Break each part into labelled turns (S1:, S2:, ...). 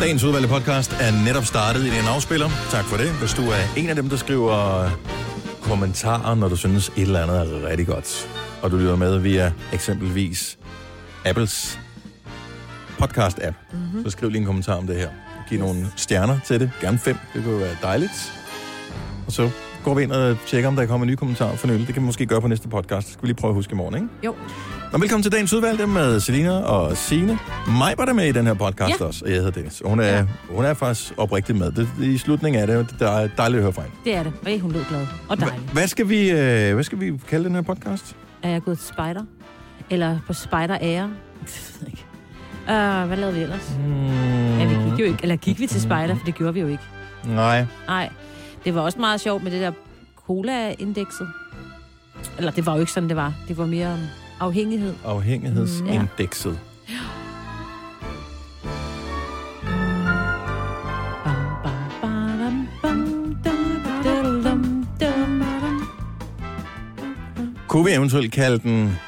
S1: Dagens udvalgte podcast er netop startet i din afspiller. Tak for det. Hvis du er en af dem, der skriver kommentarer, når du synes, et eller andet er rigtig godt, og du lytter med via eksempelvis Apples podcast-app, mm-hmm. så skriv lige en kommentar om det her. Giv nogle stjerner til det. Gerne fem. Det kunne jo være dejligt. Og så går vi ind og tjekker, om der kommer nye kommentarer for nylig. Det kan vi måske gøre på næste podcast. Det skal vi lige prøve at huske i morgen, ikke?
S2: Jo.
S1: Nå, velkommen til dagens udvalgte med Selina og Sine. Mig var der med i den her podcast
S2: Ja.
S1: også, og jeg hedder Dennis. Og Hun er, ja. hun er faktisk oprigtig med. Det, I slutningen af det, der er dejligt at høre fra hende.
S2: Det er det. Og hun lød glad. Og dejlig.
S1: Hvad skal, vi, øh, hvad skal vi kalde den her podcast?
S2: Er jeg gået til spider? Eller på spider ære? Uh, hvad lavede vi ellers?
S1: Mm.
S2: Ja, vi gik jo ikke. Eller gik vi til spider, for det gjorde vi jo ikke.
S1: Nej.
S2: Nej. Det var også meget sjovt med det der cola-indekset. Eller det var jo ikke sådan, det var. Det var mere om afhængighed.
S1: afhængighedsindekset.
S2: Bam, bam, badam, bam, dam, dadadam, dam, badam.
S1: Kunne vi eventuelt kalde den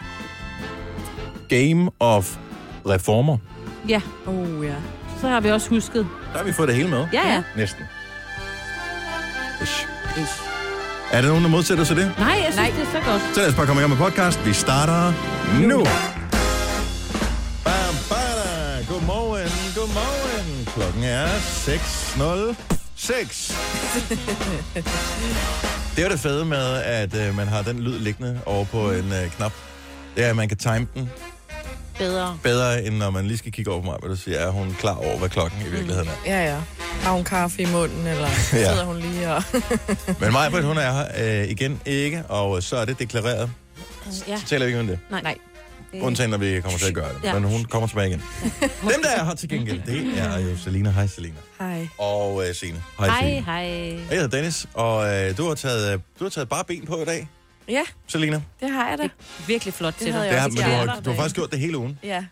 S1: Game of Reformer?
S2: Ja,
S3: Oh, ja.
S2: så har vi også husket.
S1: Der har vi fået det hele med.
S2: Ja, ja.
S1: Næsten. Ish. Er der nogen, der modsætter sig det?
S2: Nej, jeg synes, Nej. det er så godt.
S1: Så lad os bare komme i gang med podcast. Vi starter nu. Bam, bada. Godmorgen, godmorgen. Klokken er 6.06. Det er det fede med, at øh, man har den lyd liggende over på en øh, knap. Det er, at man kan time den
S2: Bedre.
S1: bedre, end når man lige skal kigge over på mig, hvad du siger, er hun klar over, hvad klokken i virkeligheden er.
S3: Ja, ja. Har hun kaffe i munden, eller
S1: Ja.
S3: ja. sidder hun lige og...
S1: Men mig, hun er her øh, igen ikke, og så er det deklareret.
S2: Ja,
S1: Så taler vi ikke om det.
S2: nej. nej.
S1: Undtagen, når vi kommer til at gøre det. Ja.
S2: Ja.
S1: Men hun kommer tilbage igen. Dem, der er her til gengæld, det er jo Selina. Hej, Selina.
S3: Hej.
S1: Og øh, Signe.
S2: Hej,
S1: Signe.
S2: hej.
S1: Og jeg hedder Dennis, og øh, du, har taget, øh, du har taget bare ben på i dag,
S3: Ja,
S1: Selina.
S3: det har jeg da.
S2: Virkelig flot til
S3: havde
S2: dig.
S1: Det
S3: jeg.
S1: har,
S3: også
S1: men du, har,
S3: glad hver
S1: du har
S3: dag.
S1: faktisk gjort det hele ugen.
S3: Ja.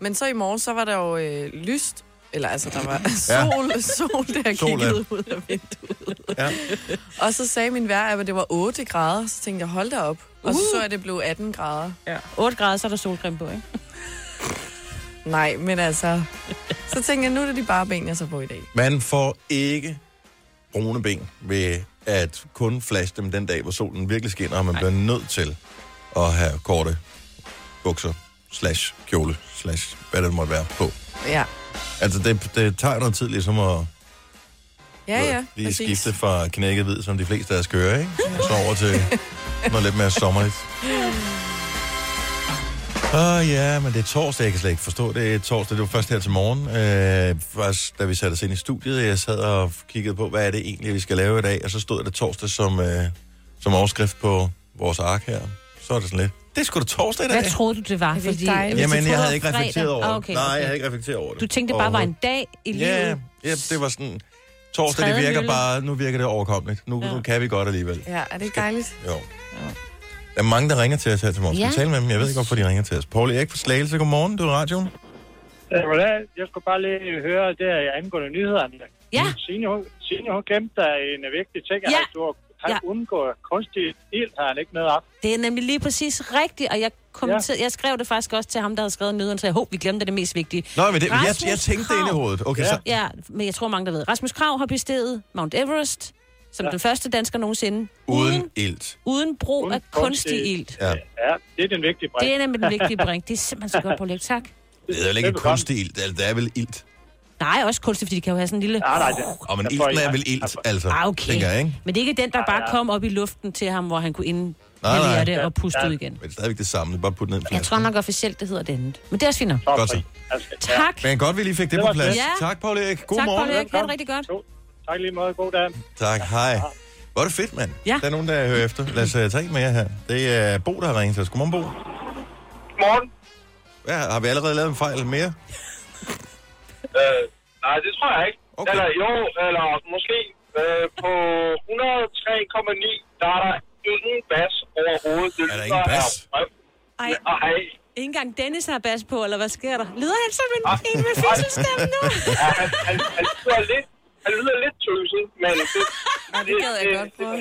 S3: Men så i morgen, så var der jo øh, lyst. Eller altså, der var sol, sol, der jeg
S1: Sol, ja.
S3: kiggede ud af vinduet.
S1: Ja.
S3: Og så sagde min vejr, at det var 8 grader. Så tænkte jeg, hold da op. Og så så jeg, at det blev 18 grader.
S2: 8 grader, så er der solcreme på, ikke?
S3: Nej, men altså... Så tænkte jeg, nu er det de bare ben, jeg så på i dag.
S1: Man får ikke brune ben ved at kun flashe dem den dag, hvor solen virkelig skinner, og man bliver nødt til at have korte bukser, slash kjole, slash hvad det måtte være på.
S3: Ja.
S1: Altså, det, det tager jo noget tid ligesom at
S3: Ja, ja.
S1: lige skifte fra knækket hvid, som de fleste af os kører, ikke? Og så over til noget lidt mere sommerligt. Åh oh, ja, men det er torsdag, jeg kan slet ikke forstå. Det er torsdag, det var først her til morgen. Øh, først, da vi satte os ind i studiet, jeg sad og kiggede på, hvad er det egentlig, vi skal lave i dag. Og så stod det torsdag som, øh, som overskrift på vores ark her. Så er det sådan lidt. Det er sgu da torsdag i dag.
S2: Hvad troede du, det var?
S3: Det er
S2: Fordi,
S3: dejligt.
S2: hvis du
S1: Jamen,
S2: troede,
S1: jeg havde
S2: det
S1: ikke
S2: var fredag-
S1: reflekteret over det.
S2: Ah, okay,
S1: Nej, jeg havde
S2: okay.
S1: ikke reflekteret over det.
S2: Du tænkte, det bare var en dag i livet?
S1: Ja, ja, det var sådan... Torsdag, det
S2: Tredje
S1: virker
S2: mølle.
S1: bare... Nu virker det overkommeligt. Nu, ja.
S2: Ja.
S1: nu kan vi godt alligevel.
S3: Ja, er det ikke dejligt?
S1: Jo. Der er mange, der ringer til os her til morgen. Skal vi
S2: Ja.
S1: tale med dem? Jeg ved ikke, hvorfor de ringer til os. Paul Erik fra Slagelse, godmorgen. Du er i radioen.
S4: Øh,
S5: Ja, goddag. Jeg skulle bare lige høre det her angående nyhederne.
S2: Ja.
S5: Signe, hun, Signe, hun glemte der en vigtig ting,
S2: Ja.
S5: ja.
S4: Altså,
S5: at du har han
S2: Ja.
S5: ja. undgår kunstig ild, har han ikke med op.
S2: Det er nemlig lige præcis rigtigt, og jeg, kommenterede, ja. jeg skrev det faktisk også til ham, der havde skrevet nyheden, så jeg håber, vi glemte det mest vigtige.
S1: Nå, men det, jeg,
S2: Rasmus
S1: jeg tænkte det inde i
S2: Krag.
S1: hovedet. Okay, ja.
S5: Ja.
S1: så,
S2: Ja, men jeg tror mange, der ved. Rasmus Krav har besteget Mount Everest, som ja.
S5: Ja.
S2: den første dansker nogensinde,
S1: uden
S2: uden,
S1: ilt.
S2: uden brug
S5: Uden
S2: af
S5: kunstig
S2: kunstig
S5: ilt.
S2: ilt.
S1: Ja.
S5: Ja, det er den vigtige brik.
S2: Det er nemlig den vigtige brink. Det er simpelthen så godt på læg. Tak.
S1: Det er vel ikke en
S5: Velbekomme.
S1: kunstig ilt. Altså, det er vel ilt.
S2: Nej, også kunstig, fordi de kan jo have sådan en lille...
S5: Nej, nej, det,
S1: Og men
S5: Jeg tror,
S1: ilten er
S5: jeg-
S1: vel ilt, altså.
S2: Ah, okay.
S1: Tænker jeg, ikke?
S2: Men det er ikke den, der
S5: Nej,
S2: bare
S5: nej.
S2: kom op i luften til ham, hvor han kunne
S1: Nej, nej.
S2: inhalere det og puste
S5: Ja.
S2: ud igen.
S1: Men det er stadigvæk det samme. Det er Bare putte ned. i
S2: Jeg tror
S1: flasken.
S2: nok officielt, det hedder det andet. Men det er også fint nok.
S5: så
S1: Godt så.
S5: fri. Altså,
S2: Tak.
S1: Men godt, vi lige fik det,
S5: Det
S1: på
S5: var
S1: plads.
S2: fedt. Ja.
S1: Tak, Paul Erik. God
S2: tak,
S1: morgen.
S2: Paul Erik. Ha' det rigtig godt.
S5: Jo, tak lige måde. God dag.
S1: Tak, hej. Hvor er det fedt, mand.
S2: Ja.
S1: Der er nogen, der hører efter. Lad os uh, tage en mere her. Det er Bo, der har ringet til os. Godmorgen, Bo.
S6: Morgen.
S1: Ja, har vi allerede lavet en fejl mere?
S6: Øh, nej, det tror jeg ikke.
S1: Okay.
S6: Okay. Eller jo, eller måske øh, på 103,9, der er der ingen bas overhovedet. Det
S1: Er der
S6: lyder
S1: ingen bas?
S6: af røv.
S2: Ej,
S6: Nej,
S2: ikke engang Dennis har bas på, eller hvad sker der? Lyder han som en,
S5: Ah.
S2: en med fisselstemme nu?
S6: ja, han, han, han, lyder lidt, han lyder lidt tøset, men det,
S3: det gad jeg godt prøve at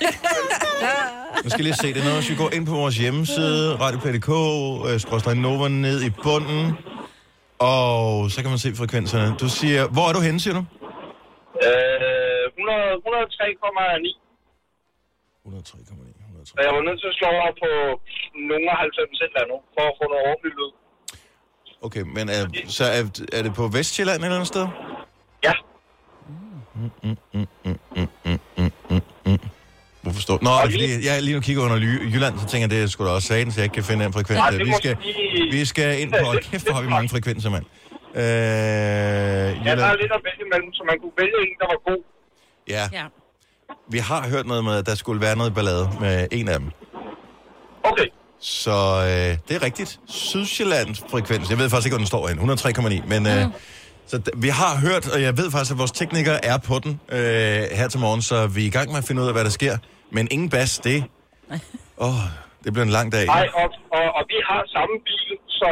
S6: det-
S3: høre.
S1: Nu skal jeg lige se det. Når vi går ind på vores hjemmeside, radio.dk, øh, skråstreg Nova ned i bunden, Og så kan man se frekvenserne. Du siger, hvor er du henne, siger du?
S6: Øh, 100 103,9.
S1: 103,9.
S6: Så jeg var nødt til at slå over på nogle af 90 eller andet, for at få noget ordentligt lyd.
S1: Okay, men er, så er, er det på Vestjylland et eller andet sted?
S6: Ja,
S1: Hvorfor står Nå, det er fordi, jeg lige nu kigger under Ly- Jylland, så tænker jeg, det er sgu da også sagen, så jeg ikke kan finde den frekvens.
S6: Nej,
S1: der.
S6: det
S1: Vi
S6: må
S1: skal,
S6: lige-
S1: vi skal ind på, hold kæft, hvor har vi mange frekvenser, mand. Øh,
S6: ja der
S1: Jylland.
S6: er lidt at vælge imellem, så man kunne vælge en, der var god.
S1: Ja,
S2: Ja.
S1: vi har hørt noget med, at der skulle være noget ballade med en af dem.
S6: Okay,
S1: Så øh, det er rigtigt. Sydsjællands frekvens. Jeg ved faktisk ikke, hvor den står hen. 103,9. Men øh, så d- vi har hørt, og jeg ved faktisk, at vores tekniker er på den øh, her til morgen, så vi er i gang med at finde ud af, hvad der sker. Men ingen bas, det... Åh, oh, det bliver en lang dag.
S6: Nej, og, og, og vi har samme bil, så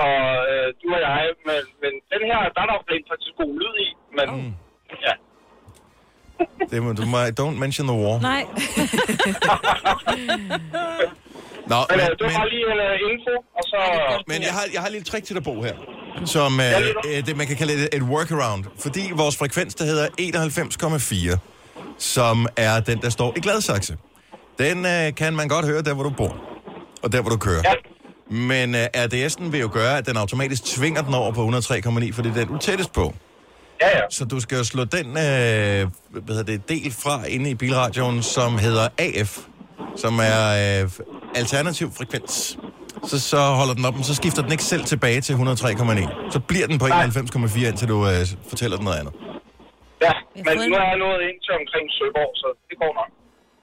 S6: øh, du og jeg, men, men den her, der er der rent faktisk god lyd i, men mm. ja.
S1: Det, må- du må, don't mention the war.
S2: Nej.
S1: Nå,
S6: Men,
S1: men,
S6: øh, det var
S1: men,
S6: bare lige en uh, info, og så...
S1: men jeg, har, jeg har lige et trick til dig, Bo, her. Som øh, øh, det, man kan kalde et, et workaround. Fordi vores frekvens, der hedder 91,4, som er den, der står i Gladsaxe. Den øh, kan man godt høre, der hvor du bor. Og der hvor du kører.
S6: Ja,
S1: Men øh, RDS'en vil jo gøre, at den automatisk tvinger den over på 103,9, fordi den er du tættest på.
S6: ja, ja.
S1: Så du skal jo slå den øh, hvad hedder det, del fra inde i bilradioen, som hedder AF, som er øh, alternativ frekvens. Så, så holder den op, men så skifter den ikke selv tilbage til 103,9. Så bliver den på 91,4, indtil du øh, fortæller den noget andet.
S6: ja.
S2: Jeg
S6: Men
S2: får en-
S6: nu har jeg nået ind til omkring Søborg, så det går nok.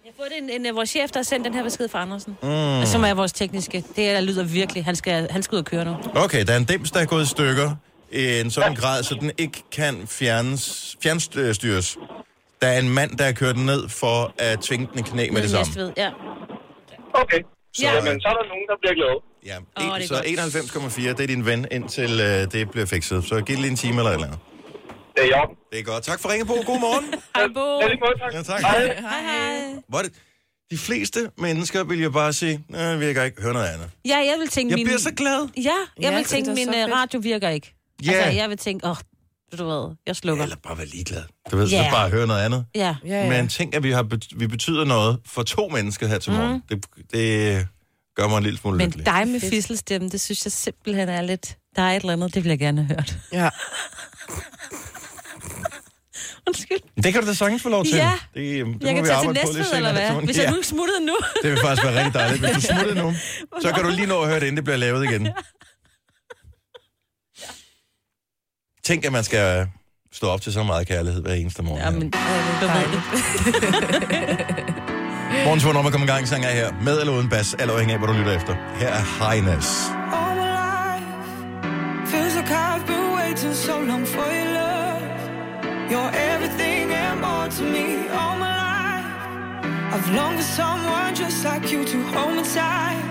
S2: Jeg har fået en, en, øh, vores chef, der har sendt den her besked fra Andersen. Mm. Som er vores tekniske. Det her lyder virkelig. Han skal, han skal ud og køre nu.
S1: Mm. Okay, der er en dims, der er gået i stykker i en sådan grad, så den ikke kan fjernes, fjernstyres. Der er en mand, der har kørt den ned for at tvinge den i knæ med det samme.
S2: Næstved, Ja.
S6: Okay,
S1: Så,
S6: så, jamen,
S1: øh,
S6: så er der nogen, der bliver glade.
S1: Ja,
S2: Åh,
S1: en,
S2: det
S1: E-
S2: er
S1: så
S2: godt.
S1: 91,4, det er din ven, indtil øh, det bliver fikset. Så giv det lige en time eller et eller andet.
S6: Det er i orden.
S1: Det er godt. Tak for ringe på. God morgen.
S2: Hej, Bo.
S6: Ja, det er godt, tak.
S1: Ja, tak.
S6: Hej.
S2: Hej, hej.
S1: Hvor er det? De fleste mennesker vil jo bare sige, nej, vi kan ikke høre noget andet.
S2: Ja, jeg vil tænke
S1: Jeg
S2: min...
S1: bliver så glad.
S2: Ja, jeg
S3: Ja,
S2: vil
S3: det
S2: tænke,
S3: er da
S2: min
S3: så
S2: øh,
S3: fedt.
S2: radio virker ikke.
S1: Ja.
S2: Altså, jeg vil tænke, åh, oh, du ved, jeg slukker.
S1: Eller bare være ligeglad. Du ved,
S2: Ja.
S1: så bare høre noget andet.
S2: Ja. Mhm.
S3: Ja, ja.
S1: Men tænk, at vi, har bet- vi betyder noget for to mennesker her til morgen. Det, det gør mig en lille smule
S2: Men
S1: lykkelig.
S2: dig med fisselstemme, det synes jeg simpelthen er lidt... Der er et eller andet, det vil jeg gerne have hørt.
S3: Ja.
S2: Undskyld.
S1: Det kan du da sagtens få lov til.
S2: Ja.
S1: Det, øhm, det
S2: jeg
S1: må
S2: kan
S1: vi
S2: tage
S1: arbejde
S2: til
S1: på lidt
S2: Næstved,
S1: senere
S2: eller
S1: til
S2: hvad?
S1: morgen.
S2: Hvis
S1: ja.
S2: jeg nu smuttede nu.
S1: Det vil faktisk være rigtig dejligt. Hvis du smutter nu, så kan du lige nå at høre det, inden det bliver lavet igen. Tænk, at man skal stå op til så meget kærlighed hver eneste morgen.
S2: Ja, men du ved det.
S1: Morgens hvor man kommer i gang, sang er her. Med eller uden bas, alt afhængig af, hvor du lytter efter. Her er Heines.
S7: All my life feels like I've been waiting so long for your love. You're everything and more to me. All my life, I've longed for someone just like you to hold me tight,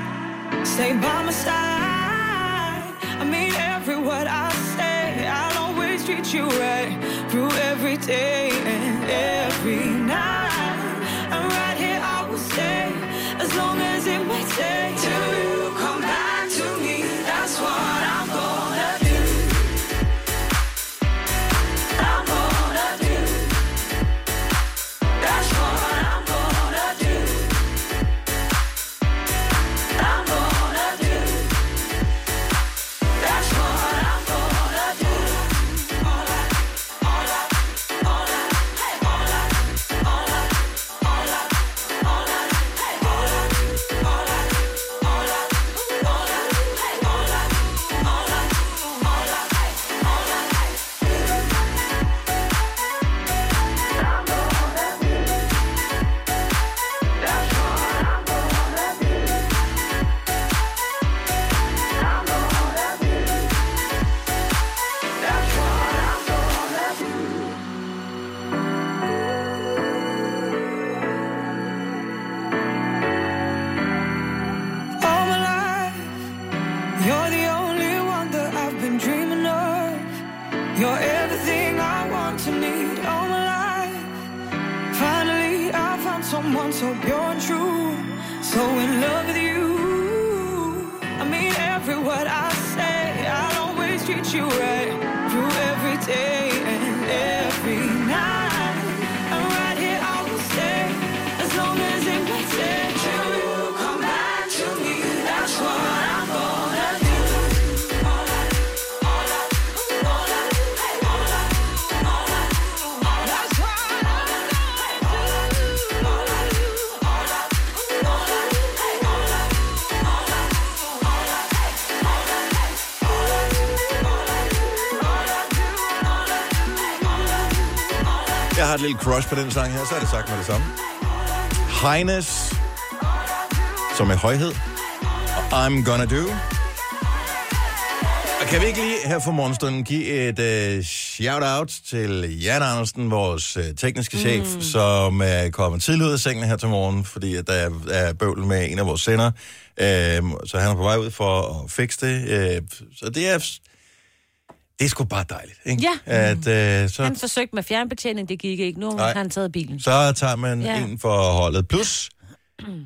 S7: stay by my side. I mean every word I say. I'll always treat you right through every day and every night. And right here I will stay as long as it may take till you come back to me. That's what I'm gonna do. I'm gonna do. That's what I'm gonna do. I'm gonna do. That's what I'm gonna do. All I, all I, all I, hey, all I, all I, all I, all I, hey, all I, all I, all I, all I, hey, all I, all I, all I, hey, all I, hey. all my life. You're the only one that I've been dreaming of. You're everything I want to need all my life. Finally, I found someone so pure and true, so in love with you. I mean, every word I say, I'll always treat you right.
S1: jeg har et lille crush på den sang her, så er det sagt med det samme. Highness, som er højhed, og I'm Gonna Do. Og kan vi ikke lige her for morgenstunden give et uh, shout-out til Jan Andersen, vores uh, tekniske chef, mm. som er kommet tidligt ud af sengen her til morgen, fordi at der er, er bøvl med en af vores sender. Uh, så han er på vej ud for at fikse det. Uh, så det er, det er sgu bare dejligt, ikke?
S2: Ja.
S1: At, uh, så
S2: Han forsøgte med fjernbetjening, det gik ikke. Nu
S1: Nej.
S2: har han taget bilen.
S1: så tager man ja.
S2: Ja.
S1: en for holdet. Plus,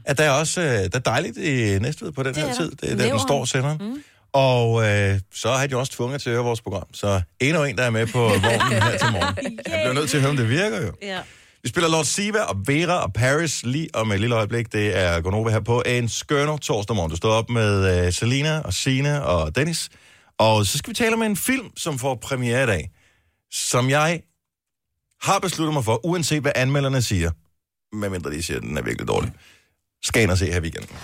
S1: at der er også øh, der er dejligt i Næstved på den
S2: er
S1: her
S2: der.
S1: tid. Det er der,
S2: Lever
S1: den
S2: han.
S1: står senderen. Mm. Og øh, så har de også tvunget til at høre vores program. Så endnu en, der er med på vognen her til morgen. Jeg bliver nødt til at høre, om det virker jo.
S2: Ja.
S1: Vi spiller Lord Siva og Vera og Paris lige om et lille øjeblik. Det er Gonova her på en skønner torsdag morgen. Du står op med øh, Selina og Sine og Dennis. Og så skal vi tale om en film, som får premiere i dag. Som jeg har besluttet mig for, uanset hvad anmelderne siger. Medmindre de siger, at den er virkelig dårlig. Skal ind og se her i weekenden.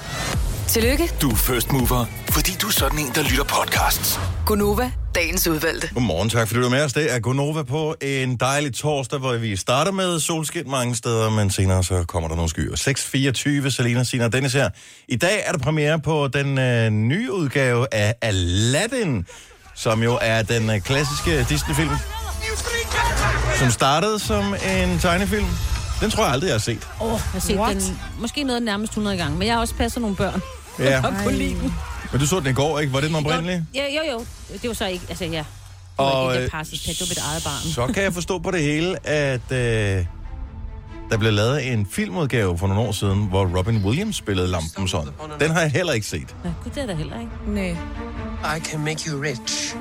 S8: Tillykke,
S9: Du er first mover, fordi du er sådan en, der lytter podcasts.
S8: Gunova, dagens udvalgte.
S1: Godmorgen, tak fordi du er med os. Det er Gonova på en dejlig torsdag, hvor vi starter med solskin mange steder, men senere så kommer der nogle skyer. 6.24, Selina, Sina og Dennis her. I dag er der premiere på den øh, nye udgave af Aladdin, som jo er den øh, klassiske Disney-film, som startede som en tegnefilm. Den tror jeg aldrig, jeg har set.
S2: Åh, oh, jeg har set
S3: What?
S2: den måske noget nærmest 100 gange, men jeg har også passet nogle børn.
S1: Ja.
S2: Og kunne lide den.
S1: Men du så den i går, ikke? Var det den oprindelige?
S2: Ja, jo, jo. Det var så ikke, altså ja. Det var
S1: Og,
S2: ikke
S1: øh,
S2: det passet pæt, det var mit eget barn.
S1: Så kan jeg forstå på det hele, at øh, der blev lavet en filmudgave for nogle år siden, hvor Robin Williams spillede lampen sådan. Den har jeg heller ikke set.
S2: Ja, gud, det er der heller ikke.
S3: Nej.
S10: I can make you rich.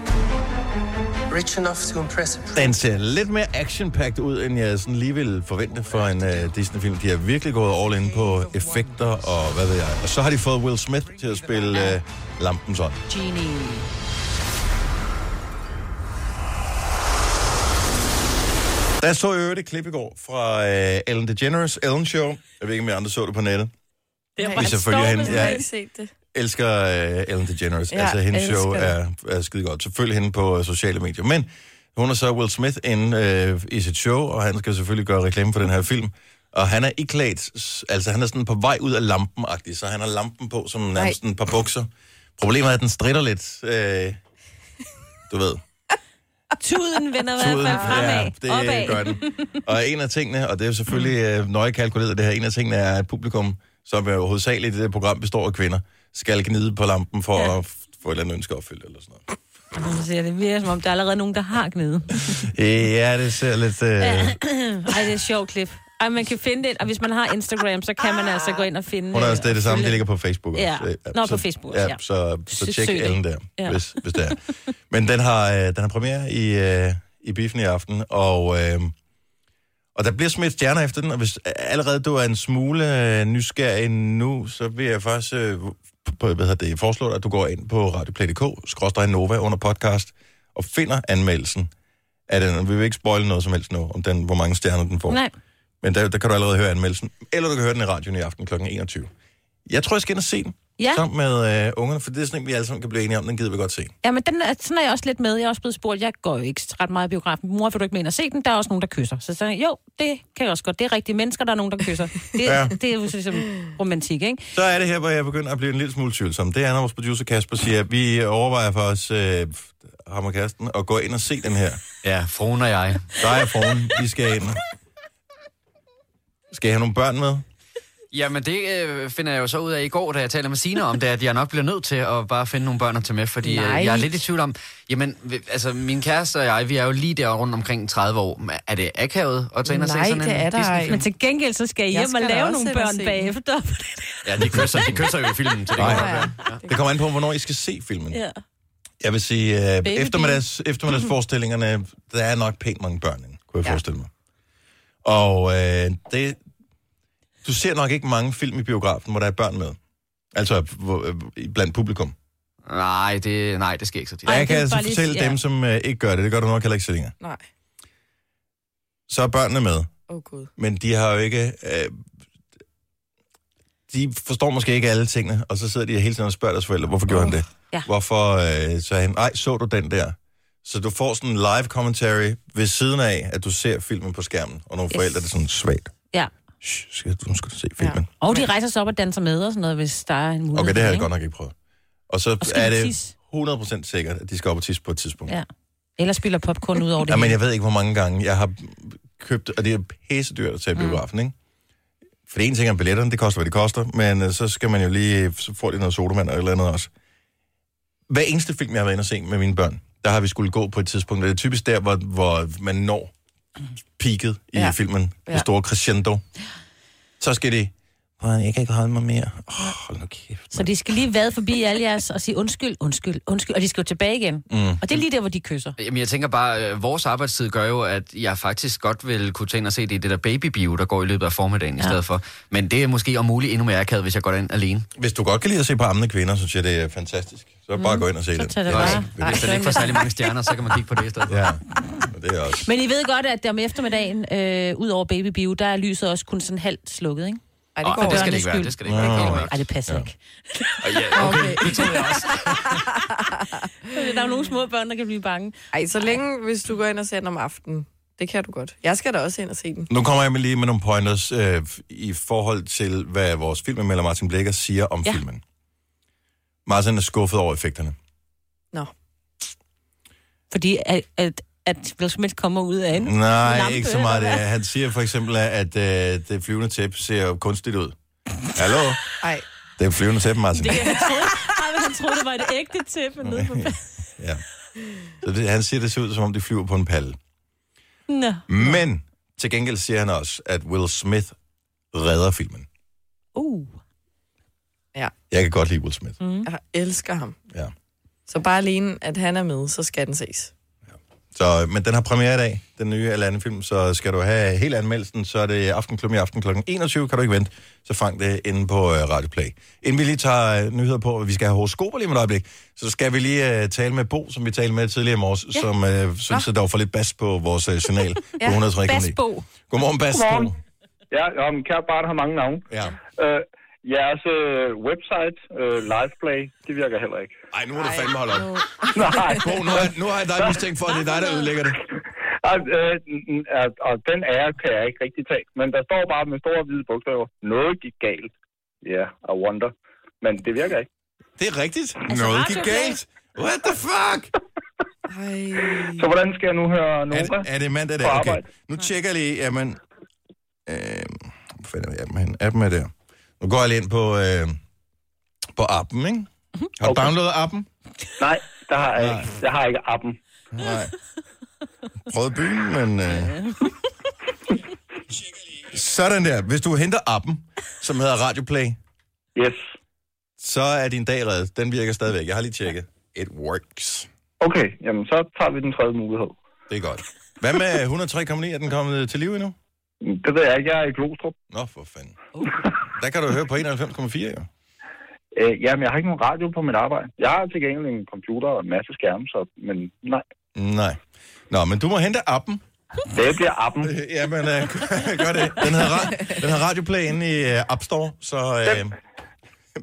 S10: Rich enough to impress a
S1: Den ser lidt mere action ud, end jeg sådan lige ville forvente for en øh, Disney-film. De har virkelig gået all in på effekter og hvad ved jeg. Og så har de fået Will Smith til at spille øh, lampen sådan.
S2: Genie.
S1: Der så jeg i øvrigt et klip i går fra øh, Ellen DeGeneres Ellen Show. Jeg ved ikke, om jeg andre så det på nettet.
S2: Det
S1: Det er selvfølgelig hende.
S3: Jeg har
S1: Jeg
S3: ikke set det.
S1: elsker øh, Ellen DeGeneres. Ja,
S3: Ja,
S1: altså, hendes
S3: elsker
S1: show
S3: det.
S1: er, er skide godt. Selvfølgelig hende på øh, sociale medier. Men hun er så Will Smith inde øh, i sit show, og han skal selvfølgelig gøre reklame for den her film. Og han er iklædt, s- altså han er sådan på vej ud af lampen -agtig, så han har lampen på som nærmest en par bukser. Problemet er, at den stritter lidt. Øh, du ved.
S2: Tuden vender i hvert
S1: Tuden,
S2: fald fremad.
S1: det
S2: opad.
S1: gør den. Og en af tingene, og det er jo selvfølgelig øh, nøje kalkuleret det her, en af tingene er, at publikum, som er hovedsageligt i det program består af kvinder, skal gnide på lampen for ja. at f- få et eller andet ønske opfyldt eller sådan noget.
S2: Så ser det virker, som om der er allerede nogen, der har gnede.
S1: Øh, Ja, det ser lidt... Øh,
S2: Ej, det er et sjovt klip. Ej, man kan finde det, og hvis man har Instagram, så kan
S1: Ah.
S2: man altså gå ind og finde...
S1: hun er også, det er
S2: øh,
S1: det samme,
S2: følge-
S1: det ligger på Facebook også.
S2: Ja.
S1: Øh,
S2: Nå, på Facebook også,
S1: ja.
S2: ja.
S1: Så, så
S2: Søg
S1: tjek
S2: det.
S1: Ellen der, ja.
S2: Ja.
S1: hvis, hvis det er. Men den har, øh, den har premiere i, øh, i biffen i aften, og... Øh, og der bliver smidt stjerner efter den, og hvis allerede du er en smule øh, nysgerrig nu, så vil jeg faktisk øh, på, hvad hedder det, foreslå dig, at du går ind på radioplay.dk, skråstrej Nova under podcast, og finder anmeldelsen af den. Og Vi vil ikke spoile noget som helst nu, om den, hvor mange stjerner den får.
S2: Nej.
S1: Men der, der kan du allerede høre anmeldelsen. Eller du kan høre den i radioen i aften kl. 21. Jeg tror, jeg skal ind og se den.
S2: Ja.
S1: Sammen med øh, ungerne, for det er sådan en, vi alle sammen kan blive enige om. Den gider vi godt se.
S2: Ja, men den, er- sådan er jeg også lidt med. Jeg er også blevet spurgt, jeg går jo ikke ret meget i biografen. Mor, vil du ikke med ind og se den? Der er også nogen, der kysser. Så sagde jeg, jo, det kan jeg også godt. Det er rigtige mennesker, der er nogen, der kysser. Det,
S1: Ja.
S2: ja. det er jo ligesom romantik, ikke?
S1: Så er det her, hvor jeg begynder at blive en lille smule tvivlsom. Det er, når vores producer Kasper siger, at vi overvejer for os, øh, ham og Kirsten, at gå ind og se den her.
S11: Ja, fruen og jeg.
S1: Dig og formen, vi skal ind. Skal jeg have nogle børn med?
S11: Jamen, det øh, finder jeg jo så ud af i går, da jeg talte med Sina om det, at jeg nok bliver nødt til at bare finde nogle børn at tage med, fordi øh,
S2: Nej.
S11: jeg er lidt i tvivl om, jamen, vi- altså, min kæreste og jeg, vi er jo lige der rundt omkring 30 år. Men Er det akavet at tage ind og se
S3: Nej,
S11: sådan en
S3: det er der
S11: Disney-
S3: ej.
S2: Men til gengæld, så skal jeg
S3: Jeg
S2: hjem
S3: skal
S2: og
S3: da
S2: lave
S3: også
S2: nogle
S3: ind og
S2: børn
S3: se den.
S2: bagefter.
S11: Ja, de kysser, de kysser jo i filmen, så det
S1: Nej.
S11: kan godt være.
S1: Det kommer an på, hvornår I skal se filmen.
S2: ja.
S1: Jeg vil sige, øh,
S2: Baby
S1: eftermiddags, eftermiddagsforestillingerne, der er nok pænt mange børn, inde, kunne jeg ja. forestille mig. Og øh, det, du ser nok ikke mange film i biografen, hvor der er børn med. Altså hvor, øh, blandt publikum.
S11: Nej, det, nej, det sker ikke så tit.
S2: Ej,
S1: jeg
S2: det
S1: kan
S2: er
S1: altså
S2: bare lige-
S1: fortælle
S2: ja.
S1: dem, som øh, ikke gør det. Det gør du nok heller ikke, Selina.
S3: Nej.
S1: Så er børnene med,
S3: Åh, oh, Gud.
S1: men de har jo ikke... Øh, de forstår måske ikke alle tingene, og så sidder de hele tiden og spørger deres forældre, hvorfor gjorde han det?
S2: Ja.
S1: Hvorfor øh, sagde han, ej, så du den der? Så du får sådan en live commentary ved siden af, at du ser filmen på skærmen, og nogle yes. forældre det er sådan svagt.
S2: Ja.
S1: Shh, skal du nu skal du se filmen. Ja.
S2: Og de rejser sig op og danser med og sådan noget, hvis der er en mulighed.
S1: Okay, det har jeg
S2: ikke?
S1: godt nok ikke prøvet. Og så og
S2: skal
S1: er
S2: de
S1: det
S2: tisse?
S1: 100% sikkert, at de skal op og tisse på et tidspunkt.
S2: Ja. Eller spiller popcorn ud over det.
S1: Ja, men
S2: hele.
S1: jeg ved ikke, hvor mange gange jeg har købt, og det er pissedyrt at tage i biografen, ikke? For det ene ting er billetterne, det koster, hvad det koster, men øh, så skal man jo lige, så får de noget sodavand og et eller andet også. Hver eneste film, jeg har været inde og se med mine børn, der har vi skulle gå på et tidspunkt, og det er typisk der, hvor, hvor man når peaket i ja.
S3: Ja.
S1: filmen, ja.
S3: Ja.
S1: det store crescendo. Så skal de, "Prøv at høre, jeg kan ikke holde mig mere. Oh, hold nu kæft.
S2: Så de skal lige vade forbi alle jeres og sige undskyld, undskyld, undskyld. Og de skal jo tilbage igen. Mm. Og det er lige der, hvor de kysser.
S11: Jamen, jeg tænker bare, øh, vores arbejdstid gør jo, at jeg faktisk godt vil kunne tage ind og se det i det der babybio, der går i løbet af formiddagen ja. i stedet for. Men det er måske om muligt endnu mere akavet, hvis jeg går ind alene.
S1: Hvis du godt kan lide at se på ammende kvinder, så synes jeg, det er fantastisk. Så bare gå ind og se den.
S2: tag det
S1: er
S2: bare.
S1: også-
S11: Ej, hvis den ikke får særlig mange stjerner, så kan man kigge på det i stedet for.
S1: Ja, og det er også.
S2: Men I ved godt, at om eftermiddagen, øh, ud over Baby Bio, der er lyset også kun sådan halvt slukket, ikke?
S3: Ej,
S11: Åh,
S3: det går
S11: det skal
S3: ikke.
S11: det ikke være, det skal det ikke
S1: Nå.
S11: være. Det går
S2: Ej,
S11: ikke.
S2: det passer ja. ikke.
S11: Og ja, okay,
S3: Okay.
S11: det troede jeg også.
S2: Der er jo nogle små børn, der kan blive bange.
S3: Ej, så længe, hvis du går ind og ser den om aftenen. Det kan du godt. Jeg skal da også ind og se den.
S1: Nu kommer jeg med lige med nogle pointers øh, i forhold til, hvad vores filmanmelder Martin Blækker siger om ja.
S2: Ja.
S1: filmen. Martin er skuffet over effekterne.
S3: Nå.
S2: Fordi at, at, at Will Smith kommer ud af en
S1: Nej,
S2: lampe,
S1: ikke så meget det.
S2: eller hvad?
S1: Han siger for eksempel, at øh, det flyvende tæppe ser kunstigt ud. Hallo?
S3: Ej,
S1: Det er flyvende tæppe, Martin.
S2: Det, han, troede, Ej, men han troede, det var et ægte tæppe nede på
S1: Ja. Så det, han siger, det ser ud, som om de flyver på en palle.
S2: Nå.
S1: Men til gengæld siger han også, at Will Smith redder filmen.
S2: Uh.
S1: Jeg kan godt lide Will Smith. Mm.
S3: jeg elsker ham.
S1: Ja.
S3: Så bare alene, at han er med, så skal den ses.
S1: Så, øh, men den har premiere i dag, den nye Aladdin film, så skal du have hele anmeldelsen, så er det Aftenklubben i aften kl. 21, kan du ikke vente, så fang det inde på øh, Radio Play. Inden vi lige tager øh, nyheder på, at vi skal have horoskoper lige om et øjeblik, så skal vi lige øh, tale med Bo, som vi talte med tidligere i morges, ja. som øh, synes, at der var for lidt bas på vores øh, journal ja. på 103,9.
S2: Basbo.
S1: Godmorgen, Bas.
S6: Godmorgen.
S1: Bo.
S6: Ja, jamen, kære barn har mange navne.
S1: Ja.
S6: Øh, jeres øh, website, øh, Liveplay, det virker heller ikke.
S1: Ej, nu må du fandme holde op.
S6: Nej,
S1: Bo, nu, har- nu har jeg dig mistænkt for, at det er dig, der ødelægger det.
S6: og, øh, n- n- og- og den ære kan jeg ikke rigtig tage. Men der står bare med store hvide bogstaver, noget gik galt. Ja, yeah, I wonder. Men det virker ikke.
S1: Det er rigtigt. Noget gik
S2: Radio Play.
S1: galt. What the fuck?
S3: Ej.
S6: Så hvordan skal jeg nu høre
S1: Er
S6: Nova?
S1: det, er det mandag dag?
S6: På
S1: Okay.
S6: arbejde.
S1: Nu tjekker jeg lige, jamen... Øh, hvor fanden er appen hen? Appen er der. Nu går jeg lige ind på, øh, på appen, ikke? Har du okay.
S6: Mhm. Okay.
S1: downloadet appen?
S6: Nej, der har jeg ikke. Jeg har ikke appen.
S1: Nej. Prøvet byen, men... Øh. Sådan der. Hvis du henter appen, som hedder Radioplay,
S6: Yes.
S1: så er din dag reddet. Den virker stadigvæk. Jeg har lige tjekket. It works.
S6: Okay, jamen så tager vi den tredje mulighed.
S1: Det er godt. Hvad med 103,9? Er den kommet til live endnu?
S6: Det ved jeg ikke. Jeg er i Glostrup.
S1: Nå, for fanden. Der kan du høre på 91,4, jo.
S6: Øh, jamen, jeg har ikke nogen radio på mit arbejde. Jeg har til gengæld en computer og en masse skærme, så, men nej.
S1: Nej. Nå, men du må hente appen.
S6: Det bliver appen.
S1: Øh, Jamen, øh, gør det. Den har, ra- den har radioplay inde i øh, App Store, så øh,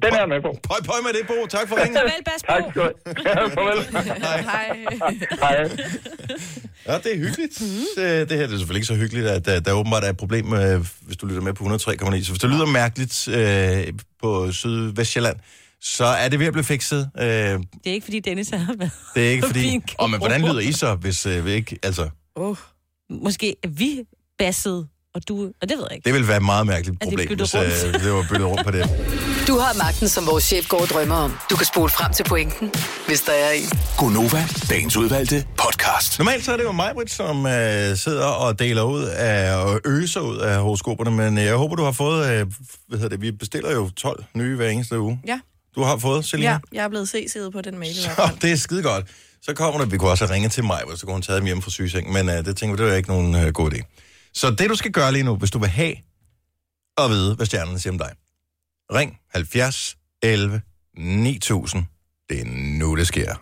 S6: Den er jeg med på.
S1: pøj, pøj med det, Bo. Tak for ringen.
S2: Farvel, Basbo.
S6: Tak skal du have. Farvel.
S3: Hej.
S6: Hej.
S1: Ja, det er hyggeligt. Øh, Det her det er selvfølgelig ikke så hyggeligt, at der, der åbenbart er et problem, med, hvis du lytter med på 103,9. Så hvis det lyder mærkeligt øh, på Sydvestjylland, så er det ved at blive fikset. Øh, det
S2: Det er ikke, fordi Dennis har været.
S1: er ikke fordi...
S2: Fint.
S1: Og, men hvordan lyder I så, hvis øh, vi ikke... Altså,
S3: Oh.
S2: Måske er vi basset, og du... Og det ved jeg ikke.
S1: det ville være et meget mærkeligt
S2: At de
S1: problem,
S2: bytter
S1: hvis øh,
S2: rundt.
S1: det var byttet rundt på det.
S8: Du har magten, som vores chef går og drømmer om. Du kan spole frem til pointen, hvis der er en.
S9: Gonova, dagens udvalgte podcast.
S1: Normalt så er det jo mig, Britt, som øh, sidder og deler ud af, og øser ud af horoskoperne, men øh, jeg håber, du har fået, øh, hvad hedder det, vi bestiller jo 12 nye hver eneste uge.
S3: Ja.
S1: Du har fået, Selina?
S3: ja, jeg er blevet CC'et på den mail i hvert
S1: Så
S3: fald.
S1: det er skide godt. Så kommer der, vi kunne også have ringet til mig, så kunne hun tage dem hjem fra sygesengen, men øh, det tænker vi, det er ikke nogen øh, god idé. Så det, du skal gøre lige nu, hvis du vil have at vide, hvad stjernen siger om dig, ring 70 11 9000. Det er nu, det sker.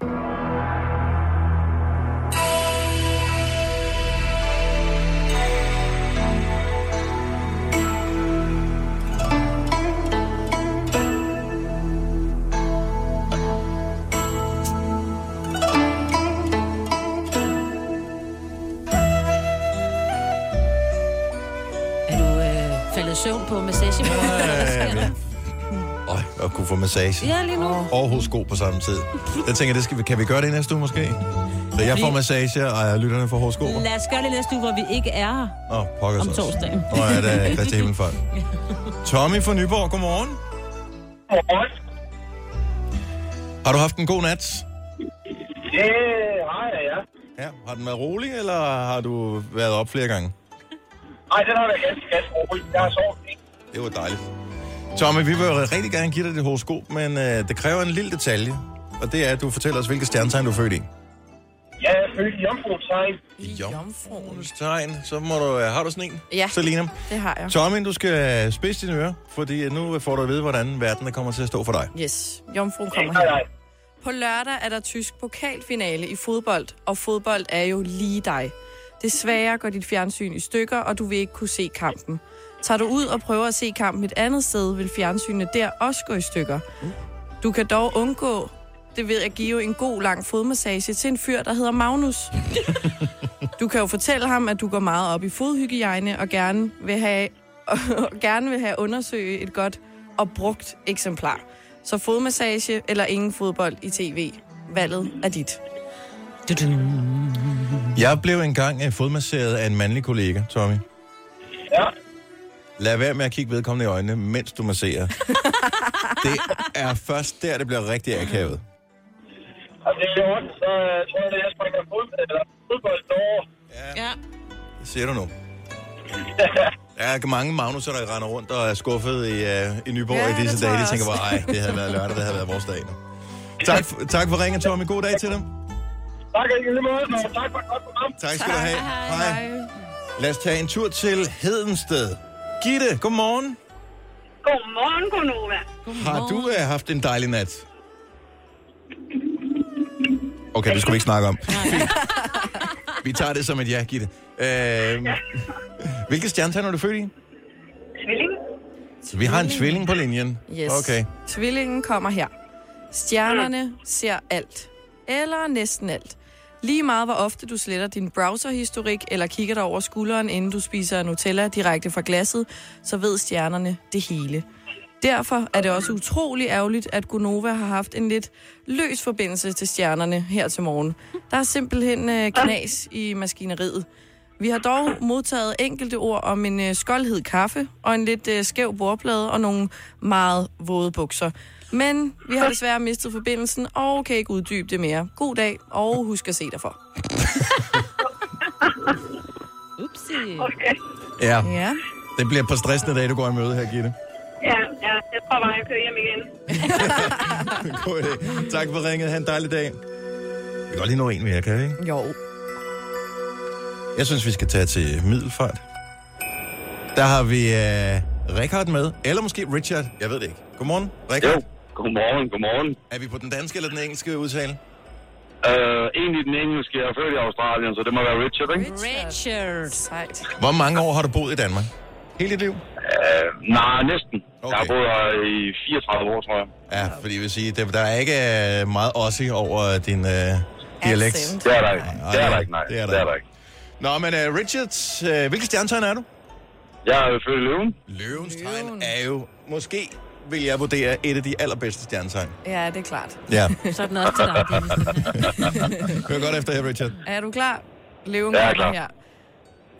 S2: søvn på massage.
S1: Øj, at kunne få massage.
S2: Ja, lige nu.
S1: Og hos sko på samme tid. Jeg tænker, det skal vi, kan vi gøre det i næste uge måske? Så jeg får massage, og lytterne får hårde sko.
S2: Lad os gøre det næste uge, hvor vi ikke er her
S1: Nå, pokker
S2: om
S1: så. også.
S2: torsdagen.
S1: Nå ja, det øh, er Christi Himmelfart. Tommy fra Nyborg, godmorgen.
S12: Godmorgen.
S1: Har du haft en god nat?
S12: Det har jeg, ja.
S1: Ja. Har den været rolig, eller har du været op flere gange?
S12: Nej, den har været ganske, ganske rolig. Jeg har sovet ikke.
S1: Det var dejligt. Tommy, vi vil jo rigtig gerne give dig dit horoskop, men øh, det kræver en lille detalje. Og det er, at du fortæller os, hvilket stjernetegn du er født i.
S12: Jeg er født i jomfrutegn.
S1: Jomfruens tegn. Så må du, øh, har du sådan en,
S3: Ja.
S1: Selina?
S3: Det har jeg.
S1: Tommy, du skal spidse dine ører, fordi øh, nu får du at vide, hvordan verden er kommer til at stå for dig.
S3: Yes, jomfruen kommer
S1: Ja, ja, ja.
S3: her. På lørdag er der tysk pokalfinale i fodbold, og fodbold er jo lige dig. Desværre går dit fjernsyn i stykker, og du vil ikke kunne se kampen. Tager du ud og prøver at se kampen et andet sted, vil fjernsynet der også gå i stykker. Du kan dog undgå det ved at give en god lang fodmassage til en fyr, der hedder Magnus. Du kan jo fortælle ham, at du går meget op i fodhygiejne og gerne vil have, og gerne vil have undersøge et godt og brugt eksemplar. Så fodmassage eller ingen fodbold i tv. Valget er dit.
S1: Jeg blev engang øh, fodmasseret af en mandlig kollega, Tommy.
S12: Ja.
S1: Lad være med at kigge vedkommende i øjnene, mens du masserer. det er først der, det bliver rigtig akavet.
S6: Altså,
S12: Og det er ondt, så øh, tror jeg, at jeg springer fod, eller fodbold over.
S2: Ja.
S1: Det Siger du nu? Der er mange Magnusser, der render rundt og er skuffet i, uh, i Nyborg
S12: Ja,
S1: ja, i
S12: det
S1: disse
S12: tror
S1: dage. De
S12: jeg
S1: tænker bare,
S12: også.
S1: ej, det havde været lørdag, det havde været vores dag. Tak, for- tak for ringen, Tommy. God dag til dig.
S12: Tak ikke lige måde, og tak for et godt program.
S1: Tak skal du have. Hej. Lad os tage en tur til Hedensted. Gitte, godmorgen.
S13: Godmorgen, Gunova.
S1: Har du uh, haft en dejlig nat? Okay, det skulle vi ikke snakke om. Fint. Vi tager det som et ja, Gitte. Uh, hvilke stjernetegn er du født i?
S13: Tvilling.
S1: Vi har en tvilling på linjen.
S3: Yes.
S1: Okay.
S3: Tvillingen kommer her. Stjernerne ser alt. Eller næsten alt. Lige meget hvor ofte du sletter din browserhistorik eller kigger dig over skulderen, inden du spiser Nutella direkte fra glasset, så ved stjernerne det hele. Derfor er det også utrolig ærgerligt, at Gunova har haft en lidt løs forbindelse til stjernerne her til morgen. Der er simpelthen øh, knas i maskineriet. Vi har dog modtaget enkelte ord om en øh, skoldhed kaffe og en lidt øh, skæv bordplade og nogle meget våde bukser. Men vi har desværre mistet forbindelsen og kan ikke uddybe det mere. God dag, og husk at se dig for.
S2: Upsi.
S13: Okay.
S1: øh, Ja.
S3: ja.
S1: Det bliver på stressende dag, du går i møde her, Gitte.
S13: Ja, ja, jeg tror bare, jeg kører hjem igen.
S1: God idé. Tak for ringet. Ha' en dejlig dag. Vi kan godt lige nå en mere, kan vi ikke?
S3: Jo.
S1: Jeg synes, vi skal tage til Middelfart. Der har vi øh, Richard med. Eller måske Richard. Jeg ved det ikke. Godmorgen, Richard. Jo.
S14: Godmorgen, godmorgen.
S1: Er vi på den danske eller den engelske udtale?
S14: Øh, egentlig den engelske. Jeg er født i Australien, så det må være Richard, ikke?
S2: Richard.
S3: Sejt.
S1: Hvor mange år har du boet i Danmark? Hele dit liv?
S14: Øh, nej, næsten. Okay. Jeg har boet her i 34 år, tror jeg.
S1: Ja, fordi jeg vil sige, der, der er ikke øh, meget ossi over din øh, dialekt.
S14: Accent. Det er der ikke. Det er der ikke, nej.
S1: Det er
S14: Det
S1: der,
S14: er der
S1: ikke. Nå, men øh, Richard, øh, hvilke stjernetegn er du?
S14: Jeg er født i Løven.
S1: Løvens tegn er jo, måske vil jeg vurdere, et af de allerbedste stjernetegn.
S3: Ja, det er klart.
S1: Ja.
S3: Så er den også til dig.
S1: Hør godt efter her, Richard.
S3: Er du klar? Løven
S1: Jeg er klar.
S3: kommer her.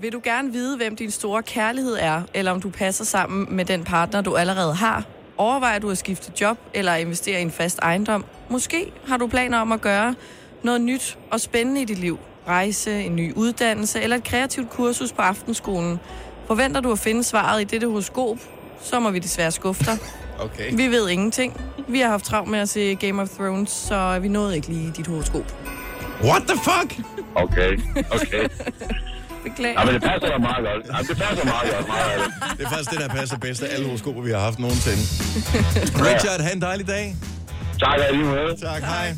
S3: Vil du gerne vide, hvem din store kærlighed er, eller om du passer sammen med den partner, du allerede har? Overvejer du at skifte job eller investere i en fast ejendom? Måske har du planer om at gøre noget nyt og spændende i dit liv. Rejse, en ny uddannelse eller et kreativt kursus på aftenskolen. Forventer du at finde svaret i dette horoskop, så må vi desværre skuffe dig.
S1: Okay.
S3: Vi ved ingenting. Vi har haft travlt med at se Game of Thrones, så vi nåede ikke lige dit horoskop.
S1: What the fuck?
S14: Okay, okay.
S3: Beklager.
S14: Nej, men det passer da meget godt. Nej, det passer meget godt. Meget godt.
S1: Det er faktisk det, der passer bedst af alle horoskoper, vi har haft nogensinde. Richard, have en dejlig dag.
S14: Tak, og i lige måde.
S1: Tak, hej.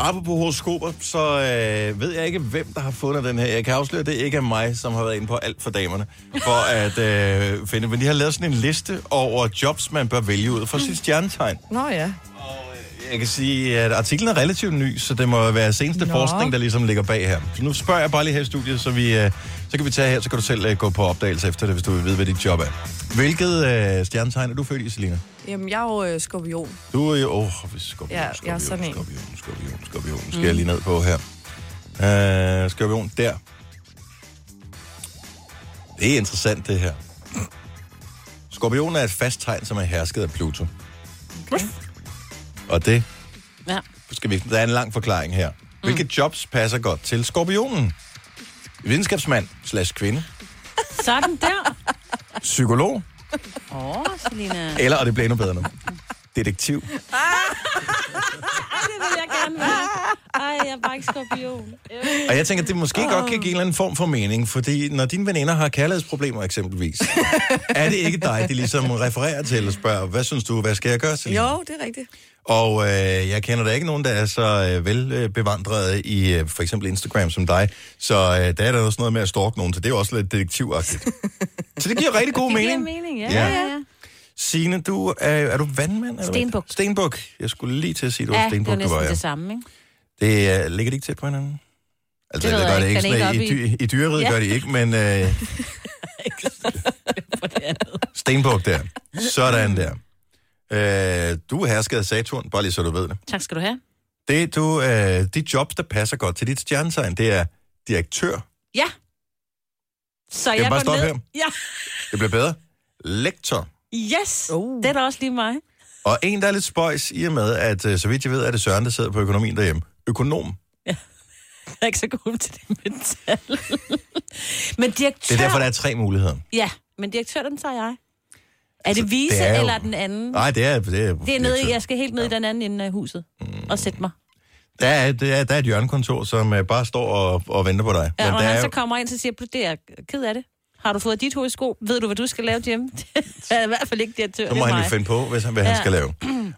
S1: Apropos horoskoper, så øh, ved jeg ikke, hvem der har fundet den her. Jeg kan afsløre, at det ikke er mig, som har været inde på alt for damerne, for at øh, finde. Men de har lavet sådan en liste over jobs, man bør vælge ud fra sit stjernetegn.
S3: Nå ja.
S1: Jeg kan sige, at artiklen er relativt ny, så det må være
S15: Nå.
S1: seneste Nå. forskning, der ligesom ligger bag her. Så nu spørger jeg bare lige her i studiet, så, vi, øh, så kan vi tage her, så kan du selv øh, gå på opdagelse efter det, hvis du vil vide, hvad dit job er. Hvilket øh, stjernetegn er du født i, Selina?
S3: Jamen, jeg er jo øh, skorpion.
S1: Du er jo... Åh, oh, vi skal
S3: Ja, jeg er sådan en.
S1: skorpion. Skal jeg lige ned på her. Øh, skorpion, der. Det er interessant, det her. Skorpion er et fast tegn, som er hersket af Pluto.
S2: Okay.
S1: Og det
S2: Ja.
S1: skal vi, der er en lang forklaring her. Hvilke jobs passer godt til skorpionen? Videnskabsmand slash kvinde,
S2: Sådan der.
S1: psykolog,
S2: Åh, oh, Selina.
S1: eller, og det bliver endnu bedre nu, detektiv.
S2: det vil jeg gerne være. Ej, jeg er bare ikke skorpion.
S1: Og jeg tænker, at det måske oh. godt kan give en eller anden form for mening, fordi når dine veninder har kærlighedsproblemer eksempelvis, er det ikke dig, de ligesom refererer til og spørger, hvad synes du, hvad skal jeg gøre, Selina?
S3: Jo, det er rigtigt.
S1: Og øh, jeg kender da ikke nogen, der er så øh, velbevandret i øh, for eksempel Instagram som dig. Så øh, der er der også noget med at stalke nogen, så det er jo også lidt detektivagtigt. så det giver rigtig god
S2: Det giver
S1: mening.
S2: mening, ja.
S1: Ja.
S2: ja. ja.
S1: Signe, du er, er du vandmand? Eller hvad?
S2: Stenbuk.
S1: Stenbuk. Jeg skulle lige til at sige, at du
S2: Ja,
S1: var
S2: det var
S1: stenbuk, du var.
S2: næsten
S1: Ja.
S2: det samme, ikke?
S1: Det uh, ligger de ikke tæt på hinanden? Altså,
S2: Det
S1: det,
S2: ved
S1: det
S2: jeg
S1: gør det
S2: ikke.
S1: ikke.
S2: Den er
S1: Sådan, I,
S2: ikke oppe
S1: dy-
S2: i-
S1: I dyreriet
S2: Ja.
S1: gør det ikke, men uh, stenbuk der. Sådan der. Uh, du er hersket af Saturn, bare lige så du ved det.
S2: Tak skal du have.
S1: Det, du, øh, de jobs, der passer godt til dit stjernetegn, det er direktør.
S2: Ja. Så
S1: Skal vi bare
S2: jeg går
S1: stoppe
S2: ned. Ja.
S1: Det bliver bedre. Lektor.
S2: Yes, oh. det er da også lige mig.
S1: Og en, der er lidt spøjs i og med, at øh, så vidt jeg ved, er det Søren, der sidder på økonomien derhjemme. Økonom.
S2: Jeg er ikke så god til det med tal. men direktør...
S1: Det er derfor, der er tre muligheder.
S2: Ja, men direktør, den tager jeg. Er det vise
S1: Altså, det er jo-
S2: eller den anden?
S1: Nej, det er... Det er,
S2: Det er nede, i- jeg skal helt ned i den anden ende af huset og sætte mig.
S1: Der er, der er, der er et hjørnekontor, som øh, bare står og, og venter på dig. Men
S2: Ja, og
S1: der
S2: når
S1: er,
S2: han
S1: jo-
S2: så kommer ind, så siger jeg, det er jeg ked af det. Har du fået dit hovedsko? Ved du, hvad du skal lave hjemme? det er i hvert fald ikke direktør.
S1: så må
S2: det er
S1: han
S2: mig.
S1: jo finde på, hvis han, hvad ja.
S2: Ja.
S1: han skal lave.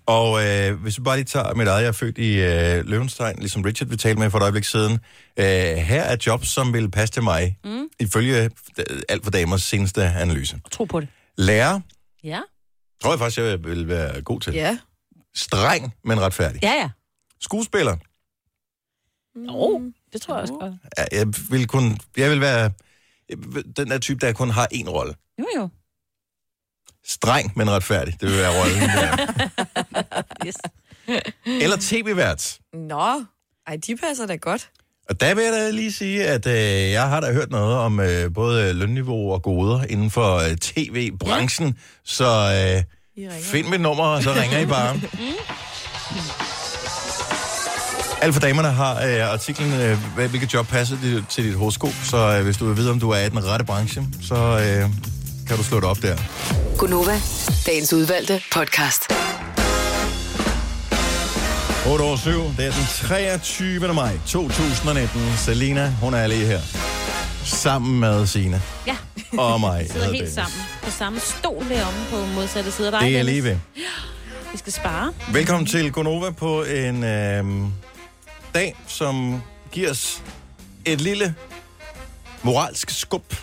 S1: Og øh, hvis vi bare lige tager mit eget, jeg er født i øh, Løvenstein, ligesom Richard, vi talte med for et øjeblik siden. Øh, her er jobs, som vil passe til mig,
S2: Mm.
S1: ifølge øh, alt for damers seneste analyse.
S2: Tro på det.
S1: Lærer,
S2: Ja.
S1: tror jeg faktisk, jeg vil være god til.
S3: Ja.
S1: Streng, men retfærdig.
S2: Ja, ja.
S1: Skuespiller,
S2: Jo, det tror jeg også godt.
S1: Ja, jeg vil, kun, jeg vil være øh, den der type, der kun har én rolle.
S2: Jo, jo.
S1: Streng, men retfærdig. Det vil være rollen. der.
S2: Yes.
S1: Eller tv-vært.
S3: Nå, ej, de passer da godt.
S1: Og der vil jeg da lige sige, at øh, jeg har da hørt noget om øh, både lønniveau og goder inden for øh, tv-branchen. Ja. Så øh, find mit nummer, og så ringer I bare. Alt for damerne har øh, artiklen, øh, hvad- hvilket job passer dit, til dit horoskop. Så øh, hvis du vil vide, om du er i den rette branche, så øh, kan du slå det op der.
S8: Gunova, dagens udvalgte podcast.
S1: 8 over 7, det er den 23. maj 2019. Selina, hun er lige her. Sammen med Sine
S2: Ja.
S1: og mig.
S2: Vi
S1: Jeg
S2: sidder
S1: hedder
S2: helt
S1: Dennis.
S2: sammen på samme stol heromme på modsatte side af dig.
S1: Det er jeg lige
S2: Dennis.
S1: ved.
S2: Vi skal spare.
S1: Velkommen til Gonova på en øh, dag, som giver os et lille moralsk skub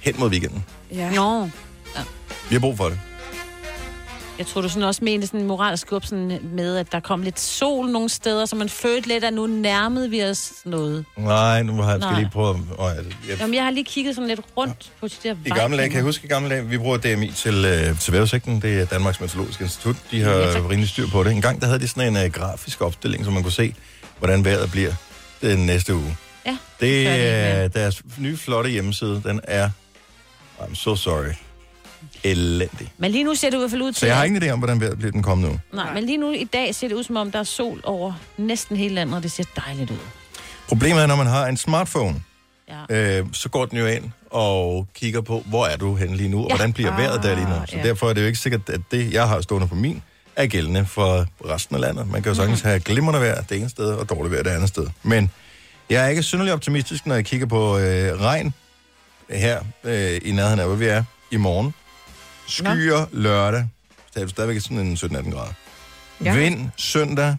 S1: hen mod weekenden.
S3: Ja.
S2: Nå.
S1: Vi har brug for det.
S2: Jeg tror, du sådan også mente sådan en moralsk skub sådan med, at der kom lidt sol nogle steder, så man følte lidt, at nu nærmede vi os noget.
S1: Nej, nu har jeg skal
S2: Nej.
S1: jeg lige prøve... at- Åh, jeg, jeg,
S2: Jamen, jeg har lige kigget sådan lidt rundt på de der
S1: I gamle dage, kan jeg huske i gamle dage, vi bruger DMI til, øh, til vejrudsigten. Det er Danmarks Meteorologiske Institut. De har
S2: Ja, tak.
S1: øh, rimelig styr på det. En gang der havde de sådan en øh, grafisk opstilling, så man kunne se, hvordan vejret bliver den næste uge.
S2: Ja,
S1: Det
S2: det
S1: er deres nye flotte hjemmeside. Den er, I'm so sorry, elendig.
S2: Men lige nu ser det i hvert fald ud til...
S1: Så jeg har
S2: at-
S1: ingen idé om, hvordan vejret bliver den kommende uge.
S2: Nej, men lige nu i dag ser det ud, som om der er sol over næsten hele landet, og det ser dejligt ud.
S1: Problemet er, når man har en smartphone,
S2: Ja.
S1: øh, så går den jo ind og kigger på, hvor er du henne lige nu, og hvordan bliver vejret der lige nu. Så
S2: Ah, ja.
S1: derfor er det jo ikke sikkert, at det, jeg har stående på min, er gældende for resten af landet. Man kan
S2: Mhm.
S1: jo sagtens have glimrende vejr det ene sted, og dårligt vejr det andet sted. Men jeg er ikke synderlig optimistisk, når jeg kigger på øh, regn her øh, i nærheden af, hvor vi er i morgen. Skyer lørdag. Der er stadigvæk sådan en 17-18 grader. Ja. Vind søndag,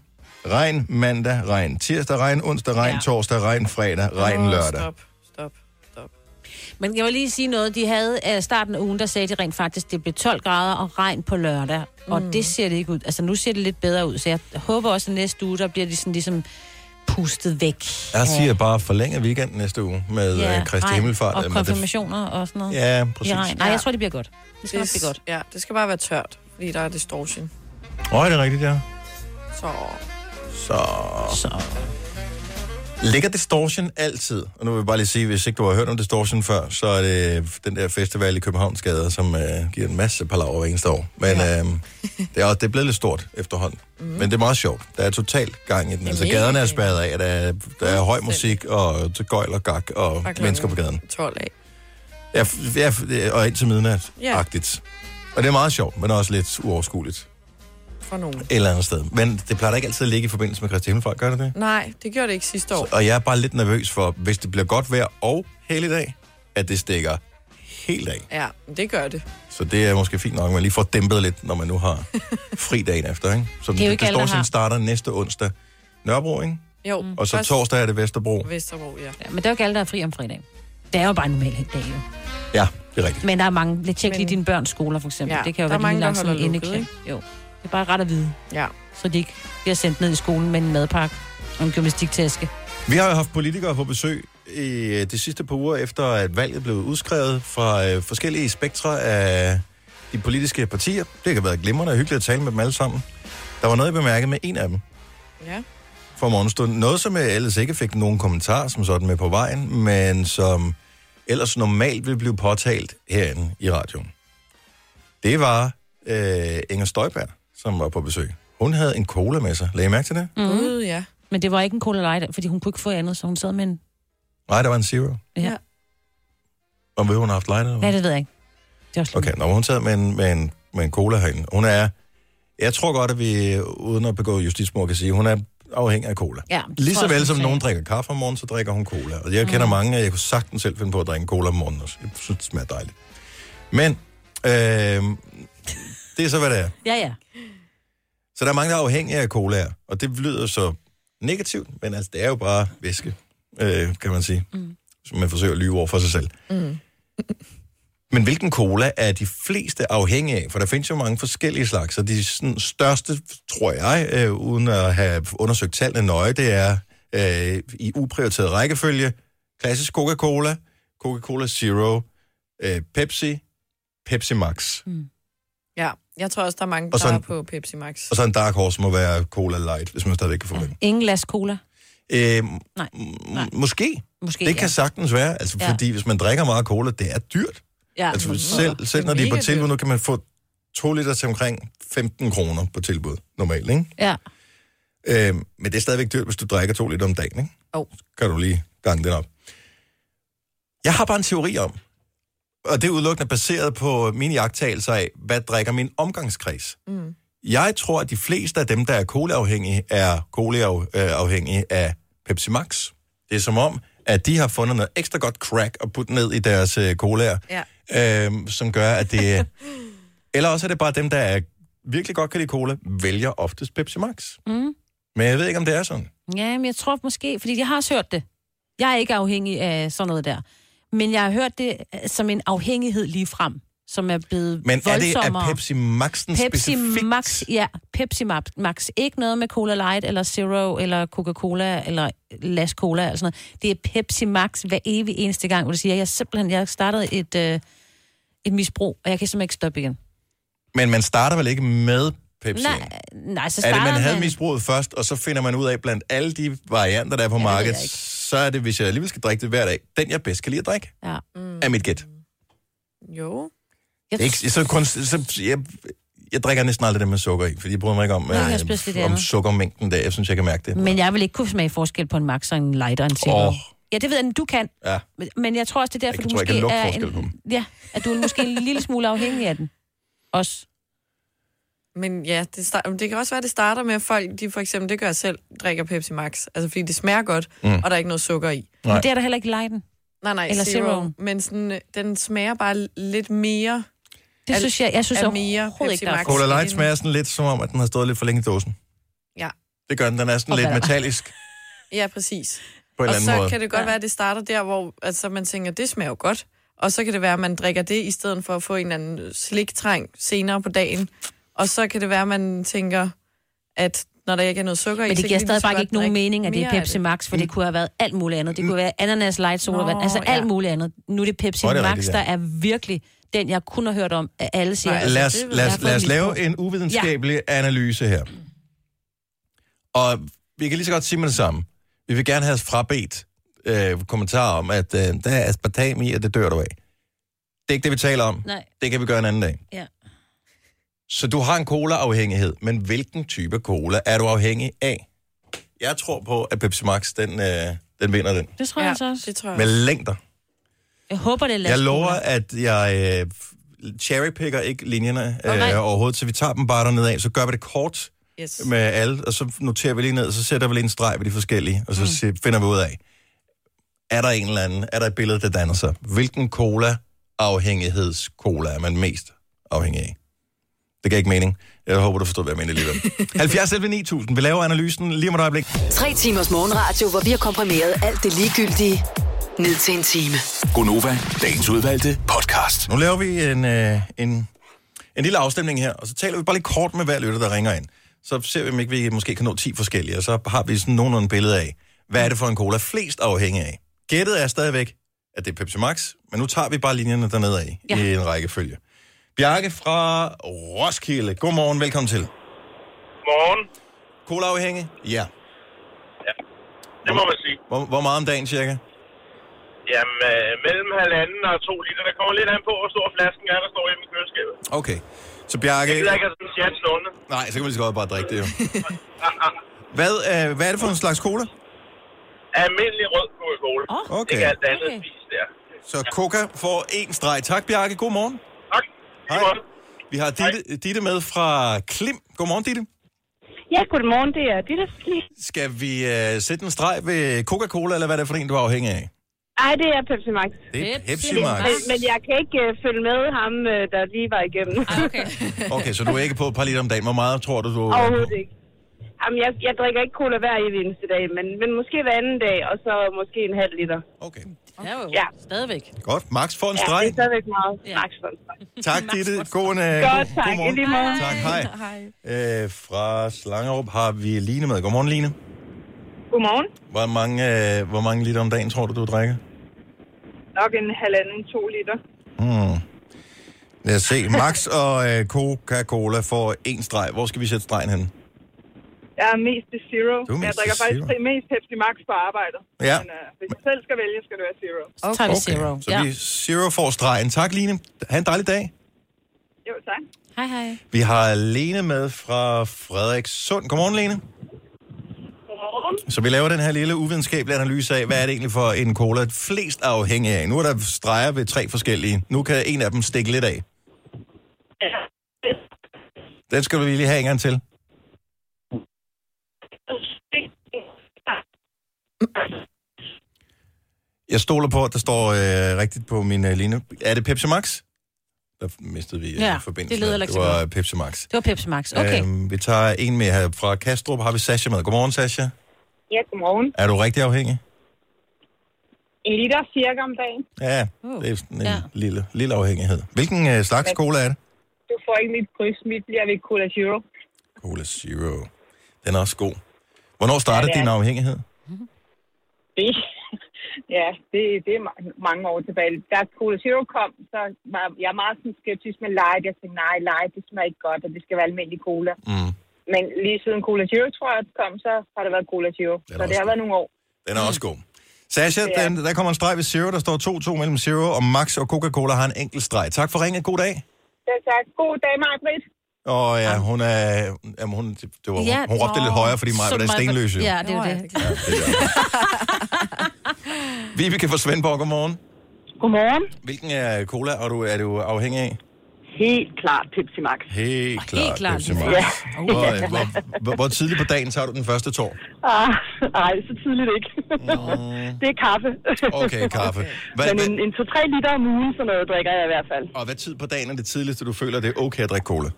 S1: regn mandag, regn tirsdag, regn onsdag, regn ja. torsdag, regn fredag, regn
S3: Åh,
S1: lørdag.
S3: Stop, stop.
S2: Men jeg vil lige sige noget. De havde øh, starten af ugen, der sagde de rent faktisk, det blev 12 grader og regn på lørdag. Mm. Og det ser det ikke ud. Altså, nu ser det lidt bedre ud. Så jeg håber også, at næste uge, der bliver de sådan ligesom pustet væk.
S1: Jeg
S2: af-
S1: siger bare forlænge weekend næste uge med ja, Kristi
S2: regn
S1: Himmelfart.
S2: Og
S1: øh, med det-
S2: konfirmationer og sådan noget.
S1: Ja, præcis.
S2: I regn. Nej, jeg tror, det bliver godt. Det skal nok blive godt.
S3: Ja, det skal bare være tørt, fordi der er distortion.
S1: Åh, oh, er det rigtigt, ja?
S3: Så
S1: Så...
S2: Så...
S1: Ligger Distortion altid? Og nu vil jeg bare lige sige, hvis ikke du har hørt om Distortion før, så er det den der festival i Københavnsgader, som øh, giver en masse palaver hver eneste år. Men ja. øh, det, er, også- det er blevet lidt stort efterhånden. Mm. Men det er meget sjovt. Der er totalt gang i den. Altså
S3: mega
S1: gaderne er spærret af, der er, der er høj musik, og til gøjl og gak, og, og
S3: klokken
S1: mennesker på gaden.
S3: 12 af.
S1: Ja, f- ja, f- og indtil midnat-agtigt. Og det er meget sjovt, men også lidt uoverskueligt
S3: for nogen.
S1: et eller andet sted. Men det plejer da ikke altid at ligge i forbindelse med Kristi Himmelfart, gør det det?
S3: Nej, det gjorde det ikke sidste år.
S1: Og jeg er bare lidt nervøs for, hvis det bliver godt vejr og helligdag, at det stikker helt af.
S3: Ja, men det gør det.
S1: Så det er måske fint nok, at man lige får dæmpet lidt, når man nu har fri dagen efter. Ikke? Så
S3: Det er jo ikke
S1: det
S3: alle,
S1: står
S3: der har. Mm.
S1: sådan starter næste onsdag. Nørrebro, ikke?
S3: Jo.
S1: Og så torsdag er det Vesterbro.
S3: Vesterbro, ja.
S2: ja. Men det er jo ikke alle, der er fri om fredag. Det er jo bare en normal dag, jo.
S1: Ja, det er rigtigt.
S2: Men der er mange. Lidt tjek lige dine børns skoler, for eksempel. Ja,
S3: Ja,
S2: det kan jo
S3: der er
S2: være lige
S3: mange, der
S2: langsomt
S3: holder
S2: inde i
S3: lukket,
S2: klem. Jo. Det er bare ret at vide.
S3: Ja.
S2: Så de ikke bliver sendt ned i skolen med en madpakke og en gymnastiktaske.
S3: Mhm.
S1: Vi har jo haft politikere på besøg i øh, de sidste par uger, efter at valget blev udskrevet fra øh, forskellige spektre af de politiske partier. Det kan have været glimrende og hyggeligt at tale med dem alle sammen. Der var noget, jeg bemærkede med en af dem.
S3: Ja.
S1: for morgenstunden. Noget, som jeg ellers ikke fik nogen kommentar som sådan med på vejen, men som ellers normalt ville blive påtalt herinde i radioen. Det var øh, Inger Støjberg, som var på besøg. Hun havde en cola med sig. Lagde I mærke til det?
S2: Mm.
S3: Gud, ja.
S2: Men det var ikke en cola light, fordi hun kunne ikke få andet, så hun sad med en...
S1: Nej, der var en zero.
S2: Ja.
S1: Om ved hun har haft lighter? eller
S2: Ja,
S1: hvad?
S2: det ved jeg ikke. Det er også
S1: Okay, nå, men hun sad med en, med, en, med en cola herinde. Hun er... Jeg tror godt, at vi, uden at begå justitsmord, kan sige, hun er afhængig af cola.
S2: Ja, det
S1: Lige
S2: tror
S1: så
S2: jeg,
S1: vel
S2: hun
S1: som
S2: sagde. Mm.
S1: nogen drikker kaffe om morgenen, så drikker hun cola. Og jeg kender mange, og jeg kunne sagtens selv finde på at drikke cola om morgenen også. Jeg synes, det smager dejligt. Men, øh, det er så, hvad det er.
S2: Ja, ja.
S1: Så der er mange, der er afhængige af colaer, og det lyder så negativt, men altså, det er jo bare væske, øh, kan man sige. Mm. Som man forsøger at lyve over for sig selv.
S7: Mm.
S1: Men hvilken cola er de fleste afhængige af? For der findes jo mange forskellige slags, og de sådan, største, tror jeg, øh, uden at have undersøgt tallene nøje, det er øh, i uprioriteret rækkefølge, klassisk Coca-Cola, Coca-Cola Zero, øh, Pepsi, Pepsi Max.
S3: Ja, jeg tror også, der er mange,
S1: Og
S3: der
S1: sådan-
S3: er på Pepsi Max.
S1: Og så en Dark Horse må være Cola Light, hvis man stadigvæk kan få den.
S2: Ingen glas cola.
S1: Øh,
S2: Mm. Nej.
S1: Nej. Måske.
S2: Måske,
S1: Det kan
S2: ja.
S1: sagtens være, altså,
S2: Ja.
S1: ja. fordi hvis man drikker meget cola, det er dyrt.
S2: Ja, Mm.
S1: altså,
S2: men-
S1: selv, selv når de er på
S2: Mega
S1: tilbud, nu kan man få 2 liter til omkring 15 kroner på tilbud, normalt, ikke?
S2: Ja.
S1: Øh, men det er stadigvæk dyrt, hvis du drikker 2 liter om dagen, ikke?
S3: Jo.
S1: Så kan du lige gange den op. Jeg har bare en teori om, og det er udelukkende baseret på mine jagttagelser af, hvad drikker min omgangskreds?
S7: Mm.
S1: Jeg tror, at de fleste af dem, der er colaafhængige, er colaafhængige af Pepsi Max. Det er som om, at de har fundet noget ekstra godt crack at putte ned i deres øh, colaer,
S3: Ja.
S1: øhm, som gør, at det... Eller også er det bare dem, der er, virkelig godt kan lide cola, vælger oftest Pepsi Max.
S2: Mm.
S1: Men jeg ved ikke, om det er sådan.
S2: Ja, men jeg tror måske, fordi jeg har også hørt det. Jeg er ikke afhængig af sådan noget der. Men jeg har hørt det øh, som en afhængighed lige frem, som er blevet
S1: Men er det
S2: voldsommere.
S1: af Pepsi Max'en
S2: Pepsi
S1: specifikt?
S2: Max, ja, Pepsi Ma- Max. Ikke noget med Cola Light, eller Zero, eller Coca-Cola, eller Las Cola, eller sådan noget. Det er Pepsi Max hver evig eneste gang, hvor du siger, jeg er simpelthen, jeg startede et, øh, et misbrug, og jeg kan simpelthen ikke stoppe igen.
S1: Men man starter vel ikke med Pepsi?
S2: Nej, nej,
S1: er
S2: så starter
S1: det, man
S2: man...
S1: havde misbruget først, og så finder man ud af, blandt alle de varianter, der er på markedet, så er det, hvis jeg alligevel skal drikke det hver dag, den jeg bedst kan lide at drikke,
S2: Ja.
S3: Mm.
S1: er mit gæt.
S3: Jo.
S1: Det er Ikke, så kun, så, jeg, jeg drikker næsten aldrig det med sukker i, fordi jeg bryder mig ikke om,
S2: Nej, jeg spiser lidt
S1: øh, om
S2: andet.
S1: sukkermængden der. Jeg synes, jeg kan mærke det.
S2: Men jeg vil ikke kunne smage forskel på en Max og en Light og en Zero.
S1: Åh.
S2: Ja, det ved jeg, du kan.
S1: Ja.
S2: Men- Men jeg tror også, det er derfor,
S1: Jeg
S2: du
S1: tror, jeg
S2: måske
S1: kan lugte
S2: er
S1: forskel på
S2: en, ja, at du er måske en lille smule afhængig af den. Også.
S3: Men ja, det, start, det kan også være, det starter med, at folk, de for eksempel, det gør jeg selv, drikker Pepsi Max. Altså, fordi det smager godt,
S2: Mm.
S3: mm. og der er ikke noget sukker i.
S2: Nej. Men det er der heller ikke i Lighten.
S3: Nej, nej,
S2: Eller
S3: Eller zero.
S2: Zeroen.
S3: Men sådan, øh, den smager bare lidt mere.
S2: Det synes jeg- jeg synes
S3: er
S2: overhovedet
S3: mere Pepsi
S2: ikke, der er
S3: Max.
S1: Cola Light
S3: end-
S1: smager sådan lidt som om, at den har stået lidt for længe i dåsen.
S3: Ja,
S1: Det gør den. Den er sådan
S3: Og
S1: lidt
S3: hvad der-
S1: metallisk
S3: ja præcis.
S1: på en eller
S3: og
S1: anden
S3: så
S1: måde.
S3: kan det godt ja. være, at det starter der, hvor altså, man tænker, det smager jo godt. Og så kan det være, at man drikker det, i stedet for at få en eller anden sliktrang senere på dagen. Og så kan det være, at man tænker, at når der ikke er noget sukker i,
S2: Men
S3: så
S2: det giver
S3: kan vi lige så
S2: stadigvæk
S3: godt
S2: ikke nogen
S3: drikke
S2: mening, at det
S3: mere
S2: er
S3: af
S2: Pepsi Max, for det kunne have været alt muligt andet. Det kunne være ananas, light sodavand,
S3: Nå,
S2: altså alt
S3: ja.
S2: muligt andet. Nu er det Pepsi
S1: Nå, det er
S2: Max,
S1: rigtigt,
S2: der
S1: ja.
S2: er virkelig den, jeg kun har hørt om, at alle siger.
S1: Nej,
S2: altså,
S1: lad os,
S2: det vil
S1: lad
S2: jeg
S1: os,
S2: få
S1: lad os
S2: mit
S1: lave
S2: på.
S1: en uvidenskabelig ja. analyse her. Og vi kan lige så godt sige med det samme. Vi vil gerne have frabedt øh, kommentarer om, at øh, der er aspartam i, og det dør du af. Det er ikke det, vi taler om.
S2: Nej.
S1: Det kan vi gøre en anden dag.
S2: Ja.
S1: Så du har en cola-afhængighed, men hvilken type cola er du afhængig af? Jeg tror på, at Pepsi Max, den, øh, den vinder den.
S2: Det tror
S3: Ja,
S2: jeg så også.
S3: Det tror jeg
S1: Med
S3: også.
S1: længder.
S2: Jeg håber, det
S1: Jeg
S2: er lastcola.
S1: lover, at jeg øh, cherrypicker ikke linjerne
S2: Nå, nej.
S1: øh, overhovedet, så vi tager dem bare dernede af, så gør vi det kort
S3: Yes.
S1: med alle, og så noterer vi lige ned, og så sætter vi lige en streg ved de forskellige, og så mm. finder vi ud af, er der en eller anden, er der et billede, der danner sig? Hvilken cola afhængigheds-cola er man mest afhængig af? Det gav ikke mening. Jeg håber, du forstod, hvad jeg mener alligevel. 70 11 9000. Vi laver analysen lige om et øjeblik.
S8: Tre timers morgenradio, hvor vi har komprimeret alt det ligegyldige ned til en time.
S1: Gonova, dagens udvalgte podcast. Nu laver vi en, øh, en, en lille afstemning her, og så taler vi bare lidt kort med hver lytter, der ringer ind. Så ser vi, om ikke vi måske kan nå 10 forskellige, og så har vi sådan nogenlunde et billede af, hvad er det for en cola flest afhængig af. Gættet er stadigvæk, at det er Pepsi Max, men nu tager vi bare linjerne dernede af ja. i en rækkefølge. Bjarke fra Roskilde. Godmorgen, velkommen til.
S5: Morgen.
S1: Colaafhængig? Ja.
S5: Det må man sige.
S1: Hvor, hvor meget om dagen cirka?
S5: Jamen, øh, mellem halvanden og to liter. Der kommer lidt an på, hvor stor flasken er, der står hjemme i køleskabet.
S1: Okay. Så
S5: Jeg
S1: Bjarke...
S5: gider ikke have sådan en chat stående.
S1: Nej, så kan vi lige så godt bare drikke det jo. Hvad, øh, hvad er det for en slags cola?
S5: Almindelig rød Coca-Cola.
S1: Oh, okay.
S5: Ikke alt andet okay. spis der.
S1: Så Coca får en streg. Tak, Bjarke. God morgen.
S5: Tak.
S1: Hej. Vi har Ditte, Ditte med fra Klim. Godmorgen, Ditte.
S6: Ja, godmorgen, det er Ditte.
S1: Skal vi øh, sætte en streg ved Coca-Cola, eller hvad er det for en, du er afhængig af?
S6: Ej, det er Pepsi Max.
S1: Det er Pepsi Pepsi Max. Max.
S6: Men, men jeg kan ikke uh, følge med ham, uh, der lige var igennem. Okay.
S1: Okay, så du er ikke på et par liter om dagen. Hvor meget tror du, du...
S6: Overhovedet ikke. Jamen, jeg, jeg drikker ikke cola hver evig eneste dag, men, men måske hver anden dag, og så måske en halv liter.
S1: Okay.
S2: Ja, jo.
S6: Ja.
S2: Stadigvæk.
S1: Godt. Max får en
S6: Ja,
S1: streg.
S6: det er stadigvæk meget. Ja. Max for en streg.
S1: Tak, Ditte. God, øh,
S6: Godt,
S1: god,
S6: tak. I
S1: godmorgen.
S6: lige måde.
S1: Tak, hej. Øh, fra Slangerup har vi Line med. Godmorgen, Line.
S4: Godmorgen.
S1: Hvor mange, øh, hvor mange liter om dagen tror du, du drikker?
S4: Nok en halvanden, to liter.
S1: Hmm. Lad os se. Max og øh, Coca-Cola får en streg. Hvor skal vi sætte stregen hen?
S4: Jeg er mest til Zero.
S1: Du er mest
S4: jeg
S1: til
S4: drikker faktisk
S1: Zero.
S4: pri- mest Pepsi Max på arbejdet.
S1: Ja.
S4: Men øh, hvis jeg selv skal vælge, skal det være Zero.
S1: Okay. Så vi Zero får stregen. Tak, Line. Ha' en dejlig dag.
S4: Jo, tak.
S2: Hej, hej.
S1: Vi har Lene med fra Frederikssund. Godmorgen, Lene.
S4: Godmorgen.
S1: Så vi laver den her lille uvidenskabelige analyse af, hvad er det egentlig for en cola flest afhængig af. Nu er der streger ved tre forskellige. Nu kan en af dem stikke lidt af.
S4: Ja.
S1: Den skal du lige have en gang til. Jeg stoler på, at der står øh, rigtigt på min øh, linje. Er det Pepsi Max? Der mistede vi øh,
S2: Ja,
S1: ja,
S2: det
S1: forbindelsen.
S2: lyder
S1: det
S2: ikke så
S1: var
S2: godt.
S1: øh, Pepsi Max.
S2: Det var Pepsi Max. Okay.
S1: Øhm, vi tager en mere her fra Kastrup. Har vi Sasha med? Godmorgen, Sasha.
S4: Ja, godmorgen.
S1: Er du rigtig afhængig?
S4: En liter cirka om dagen.
S1: Ja,
S4: Uh,
S1: det er sådan en
S4: ja.
S1: ja. lille, lille afhængighed. Hvilken øh, slags
S4: Men-
S1: cola er det?
S4: Du får ikke mit kryds. Mit bliver ved Cola Zero.
S1: Cola Zero. Den er også god. Hvornår startede
S4: Ja,
S1: ja,
S4: det er
S1: din
S4: den.
S1: afhængighed?
S4: Det, ja, det, det er ma- mange år tilbage. Da Cola Zero kom, så var jeg meget sådan skeptisk med light. Jeg tænkte, nej, light, det smager ikke godt, og det skal være almindelig cola.
S1: Mm.
S4: Men lige siden Cola Zero, tror jeg, kom, så har det været Cola Zero. Så det har været nogle år.
S1: Den er også god. Sasha,
S4: Ja.
S1: den, der kommer en streg ved Zero. Der står 2-2 mellem Zero, og Max og Coca-Cola har en enkelt streg. Tak for ringet. God dag.
S4: Selv tak. God dag, Marbrit.
S1: Og ja, hun er... Jamen, hun, det var, hun, hun råbte lidt højere, fordi mig var den stenløse.
S2: Ja, det er det.
S1: Vibeke fra Svendborg, godmorgen.
S16: Godmorgen.
S1: Hvilken øh, cola er du, er du afhængig af?
S16: Helt klart Pepsi Max.
S1: Helt klart.
S16: klart,
S1: Pepsi
S16: det er
S1: Max.
S16: det.
S1: Hvor, hvor, hvor, hvor, hvor tidligt på dagen tager du den første tår?
S16: Ah, nej, så tidligt ikke. det er kaffe.
S1: Okay, kaffe. Hvad,
S16: Hvad, Men
S1: hvad,
S16: en, en 2-3 liter om ugen, sådan noget drikker jeg i hvert fald.
S1: og hvad tid på dagen er det tidligste, du føler, det er okay at drikke cola?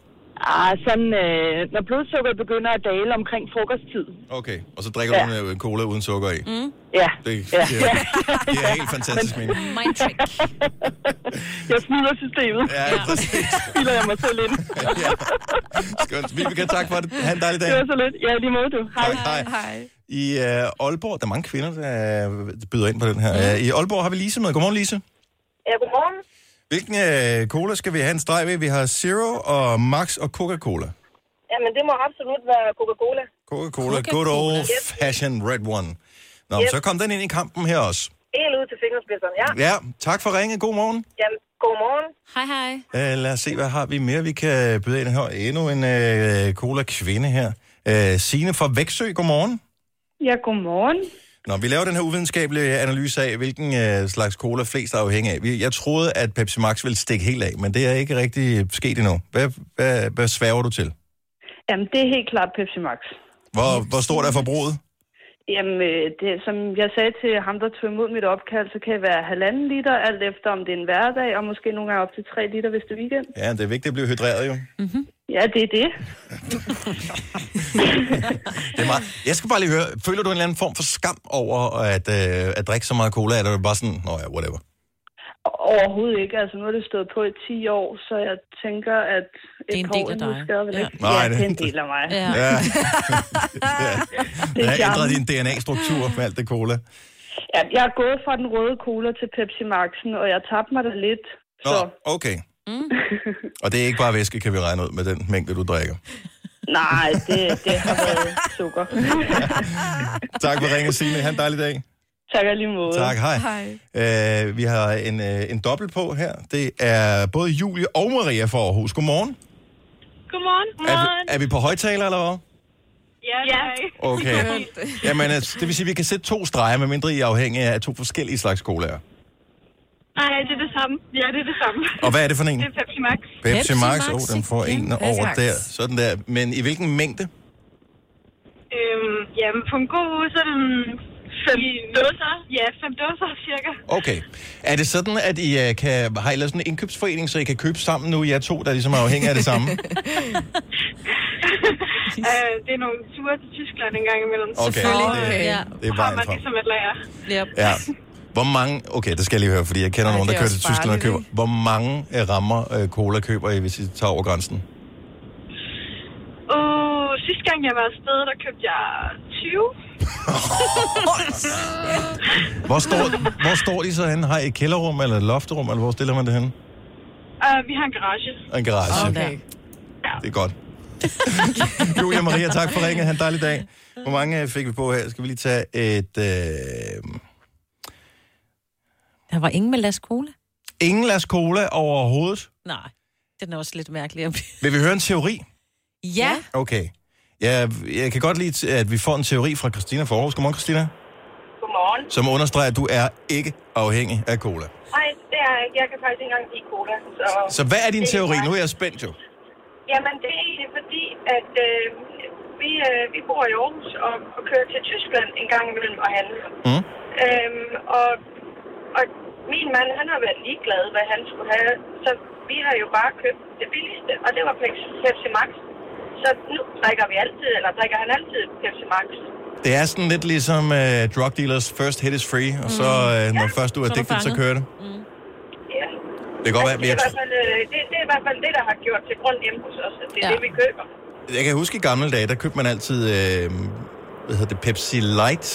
S17: Ah, sådan, øh, når blodsukkeret begynder at dale omkring frokosttid.
S1: Okay, og så drikker ja. du en cola uden sukker i.
S17: Mm. Ja.
S1: Det,
S17: Ja.
S1: det, er, det er helt fantastisk, men...
S2: Mind trick.
S17: jeg snyder systemet.
S1: Ja, præcis.
S17: Spiller jeg mig selv ind.
S1: ja. Skønt. Vibeke, tak for det. Ha' en dejlig dag.
S17: Det var så lidt. Ja, lige måde du. Hej.
S1: Hej.
S17: Hej.
S1: I øh, Aalborg, der er mange kvinder, der øh, byder ind på den her. Øh, I Aalborg har vi Lise med. Godmorgen, Lise.
S18: Ja, godmorgen.
S1: Hvilken øh, cola skal vi have en streg ved? Vi har Zero og Max og Coca-Cola.
S18: Jamen, det må absolut være Coca-Cola.
S1: Coca-Cola, good old fashioned red one. Nå, yep.
S18: Yep.
S1: så kom den ind i kampen her også.
S18: Helt ud til fingerspidserne, ja.
S1: Ja, tak for ringet. God morgen.
S18: Jamen, godmorgen.
S2: Hej, hej.
S1: Uh, lad os se, hvad har vi mere, vi kan byde ind her. Endnu en uh, cola-kvinde her. Uh, Signe fra Vægtsø, godmorgen.
S19: Ja, godmorgen.
S1: Nå, vi laver den her uvidenskabelige analyse af, hvilken uh, slags cola flest er afhængig af. Vi- Jeg troede, at Pepsi Max ville stikke helt af, men det er ikke rigtig sket endnu. Hvad, hvad, hvad sværger du til?
S19: Jamen, det er helt klart Pepsi Max.
S1: Hvor, hvor stort er forbruget?
S19: Jamen, øh, det, som jeg sagde til ham, der tog imod mit opkald, så kan det være halvanden liter, alt efter om det er en hverdag, og måske nogle gange op til tre liter, hvis det er weekend.
S1: Ja, det er vigtigt at blive hydreret jo.
S19: Ja, det er det.
S1: Det er meget. Jeg skal bare lige høre, føler du en eller anden form for skam over at, øh, at drikke så meget cola, eller er det bare sådan, nå ja, whatever.
S19: Overhovedet ikke. Altså, nu har det stået på i 10 år, så jeg tænker, at et
S2: en
S19: par
S2: del
S19: år
S2: af
S19: nu
S2: dig.
S19: skal jeg vel
S1: Ja.
S19: ikke.
S1: Nej,
S19: ja,
S1: det-
S19: det er en del af mig.
S2: Ja.
S19: Det er
S1: Ja. Jeg har ændret
S19: charmen.
S1: din DNA-struktur med alt det cola.
S19: Ja, jeg er gået fra den røde cola til Pepsi Maxen, og jeg tabte mig da lidt.
S1: Nå, okay.
S19: Mm.
S1: Og det er ikke bare væske, kan vi regne ud med den mængde, du drikker.
S19: Nej, det, det har været sukker.
S1: Tak for ringen, Signe. Ha' en dejlig dag.
S19: tak alligevel.
S1: Tak, hej. Øh, vi har en, øh, en dobbelt på her. Det er både Julie og Maria fra Aarhus. Godmorgen.
S13: Godmorgen.
S1: Er vi, er vi på højtaler, eller hvad?
S13: Ja, ja.
S1: Okay. Jamen, altså, det vil sige, at vi kan sætte to streger, medmindre I er afhængige af to forskellige slags colaer.
S13: Nej, det er det samme. Ja, det er det samme.
S1: Og hvad er det for en?
S13: Det er Pepsi Max.
S1: Pepsi Max, oh, den får en
S13: igen.
S1: over
S13: Pepsi Max.
S1: der. Sådan der. Men i hvilken mængde?
S13: Øhm, jamen, på en god uge, så er den... Fem dåser? Ja, fem dåser cirka.
S1: Okay. Er det sådan, at I øh, kan, har I lavet sådan en indkøbsforening, så I kan købe sammen nu, jer to, der ligesom er afhængige af det samme?
S13: øh, det er nogle ture til Tyskland en gang imellem.
S1: Okay, Selvfølgelig. det- Okay.
S13: Ja.
S1: det er
S13: Har
S1: vejen
S13: man
S1: frem.
S13: ligesom et lager. Yep.
S1: Ja. Hvor mange, okay, det skal jeg lige høre, fordi jeg kender
S13: Ej,
S1: nogen, der
S13: det er
S1: kører til
S13: også
S1: Tyskland og
S13: farligt,
S1: køber. Hvor mange øh, rammer øh, cola køber I, hvis I tager over grænsen?
S13: Uh, sidste gang jeg var afsted, der købte jeg 20.
S1: Hvor står, hvor står de så henne? Har I et kælderrum eller et lofterum, eller hvor stiller man det henne?
S13: uh, vi har en garage.
S1: Og en garage.
S13: Okay.
S1: Det er godt. Julia Maria, tak for ringen. Ha' en dejlig dag. Hvor mange øh, fik vi på her? Skal vi lige tage et... Øh,
S2: Der var ingen med Las Cola.
S1: ingen las cola overhovedet.
S2: Nej, den er også lidt mærkelig. at blive-
S1: Vil vi høre en teori?
S2: ja.
S1: Okay. Jeg, jeg kan godt lide, at vi får en teori fra Christina for Aarhus. Godmorgen, Christina.
S18: Godmorgen.
S1: Som understreger, at du er ikke afhængig af cola.
S18: Nej, det er jeg ikke. Jeg kan faktisk ikke engang lide cola. Så,
S1: Så hvad er din
S18: Det
S1: teori?
S18: godt.
S1: Nu er jeg spændt jo.
S18: Jamen, det er egentlig fordi, at øh, vi, øh, vi bor i Aarhus og, og kører til Tyskland en gang imellem og handle.
S1: Mm.
S18: Øhm, og, og min mand, han har været ligeglad, hvad han skulle have. Så vi har jo bare købt det billigste, og det var Pepsi Pepsi Max. Så nu drikker vi altid, eller drikker han altid Pepsi Max.
S1: Det er sådan lidt ligesom uh, drug dealers. First hit is free, og så uh, når først du er
S18: Mm. så er du
S1: addicted, så
S18: fanget. Mm.
S1: kører det.
S18: Ja.
S1: Det kan godt
S4: Altså,
S1: være, men
S18: det, er
S1: jeg,
S18: i hvert fald, øh, det, det er i hvert fald det, der har gjort til grund hjemme hos os. at Det er ja. det, vi køber.
S1: jeg kan huske i gamle dage, der købte man altid, uh, hvad hedder det, Pepsi Light.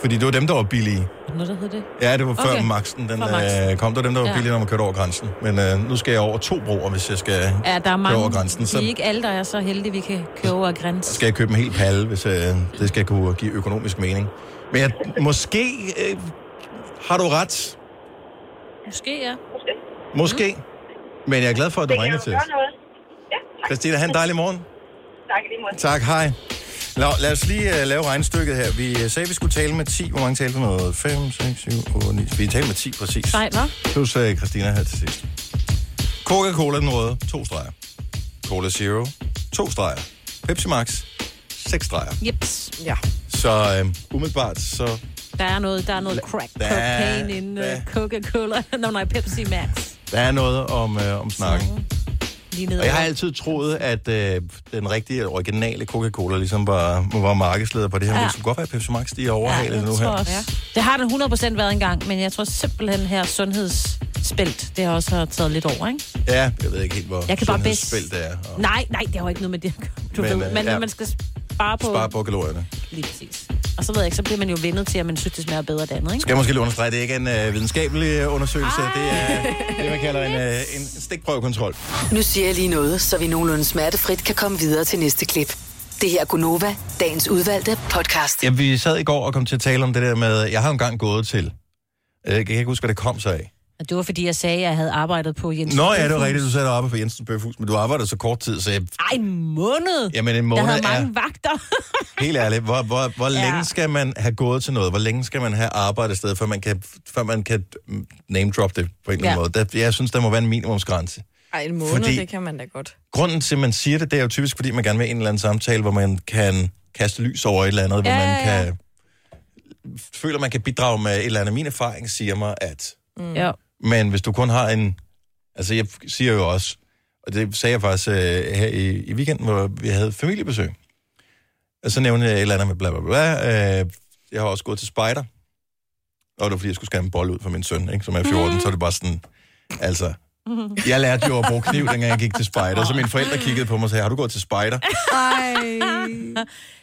S1: Fordi det var dem, der var billige.
S2: Er det noget, der hed det?
S1: Ja, det var før
S2: Okay.
S1: okay. Maxen, den
S2: Før Maxen.
S1: øh, kom. Der var dem, der var
S2: Ja.
S1: billige, når man kørte over grænsen. Men øh, nu skal jeg over to broer, hvis jeg skal
S2: Ja, der er mange.
S1: køre over grænsen.
S2: Vi er
S1: Så
S2: ikke alle, der er så heldige, vi kan køre over grænsen.
S1: skal jeg købe en hel palle, hvis øh, det skal kunne give økonomisk mening. Men jeg, måske øh, har du ret.
S2: Måske, ja.
S1: Måske. Men jeg er glad for, at du ringer til os.
S18: noget.
S1: Christina, have en dejlig morgen.
S18: Tak i lige måde.
S1: Tak, hej. Nå, lad os lige uh, lave regnestykket her. Vi uh, sagde, at vi skulle tale med 10. Hvor mange talte vi med? 5, 6, 7, 8, 9. Vi talte med 10 præcis.
S2: Sej, hva'?
S1: Plus uh, Christina her til sidst. Coca-Cola den røde, to streger. Cola Zero, to streger. Pepsi Max, seks streger.
S2: Jeps.
S3: Ja.
S1: Så um, umiddelbart, så...
S2: Der er noget, der er noget crack
S1: Der-
S2: cocaine inden
S1: der-
S2: øh, Coca-Cola. Nå, nej, Pepsi Max.
S1: Der er noget om, øh, om snakken.
S2: lige ned.
S1: Og jeg har altid troet, at øh, den rigtige, originale Coca-Cola ligesom var, var markedsleder på det her. Ja.
S2: Ja.
S1: Men det skulle godt være, at Pepsi Max de er overhalet ja, nu her.
S2: tror også. Det har den 100% været engang, men jeg tror simpelthen her sundhedsspælt, det har også har taget lidt over, ikke?
S1: Ja, jeg ved ikke helt, hvor
S2: Jeg kan bare bedst-
S1: sundhedsspil det er. Og
S2: Nej, nej, det har jo ikke noget med det. at gøre, Du
S1: Men,
S2: men,
S1: øh,
S2: ved, men
S1: ja.
S2: ja. man skal spare på...
S1: spare på kalorierne.
S2: Lige præcis. Og så ved jeg ikke, så bliver man jo vendet til, at man synes, det smager bedre det andet, ikke?
S1: Skal jeg måske lige understrege, det er ikke en øh, videnskabelig øh, undersøgelse. Det er det, man kalder en, øh, en stikprøvekontrol.
S8: Nu siger jeg lige noget, så vi nogenlunde smertefrit kan komme videre til næste klip. Det her er Gunova, dagens udvalgte podcast.
S1: Ja, vi sad i går og kom til at tale om det der med, jeg har jo engang gået til. Øh, Jeg kan ikke huske, hvad det kom sig af.
S2: Og det var, fordi jeg sagde, at jeg havde arbejdet på Jens.
S1: Nå ja, det var rigtigt, du sagde oppe på Jensen Bøfhus, men du arbejder så kort tid, så jeg,
S2: Ej, en måned!
S1: Jamen, en
S2: Jeg
S1: måned
S2: havde
S1: er-
S2: mange vagter.
S1: helt ærligt, hvor, hvor, hvor
S2: Ja.
S1: længe skal man have gået til noget? Hvor længe skal man have arbejdet et sted, før man kan, før man kan mm, name drop det på en eller anden
S3: Ja.
S1: måde? Der, jeg synes, der må være en minimumsgrænse.
S3: Ej, en måned,
S1: Fordi-
S3: Fordi... det kan man da godt.
S1: Grunden til, at man siger det, det er jo typisk, fordi man gerne vil have en eller anden samtale, hvor man kan kaste lys over et eller andet, hvor
S3: Ja,
S1: man
S3: ja, ja.
S1: kan føler, man kan bidrage med et eller andet. Min erfaring siger mig, at
S2: Mm. Ja.
S1: Men hvis du kun har en... Altså, jeg siger jo også, og det sagde jeg faktisk øh, her i, i weekenden, hvor vi havde familiebesøg. Og så nævnte jeg et eller andet med bla bla bla. Øh, jeg har også gået til spider. Og det var, fordi jeg skulle skære en bold ud for min søn, ikke, som er
S3: Mhm.
S1: 14. Mm. Så er det bare sådan... Altså, jeg lærte jo at bruge kniv, dengang jeg gik til spider. Så mine forældre kiggede på mig og sagde, har du gået til spider?
S2: Ej.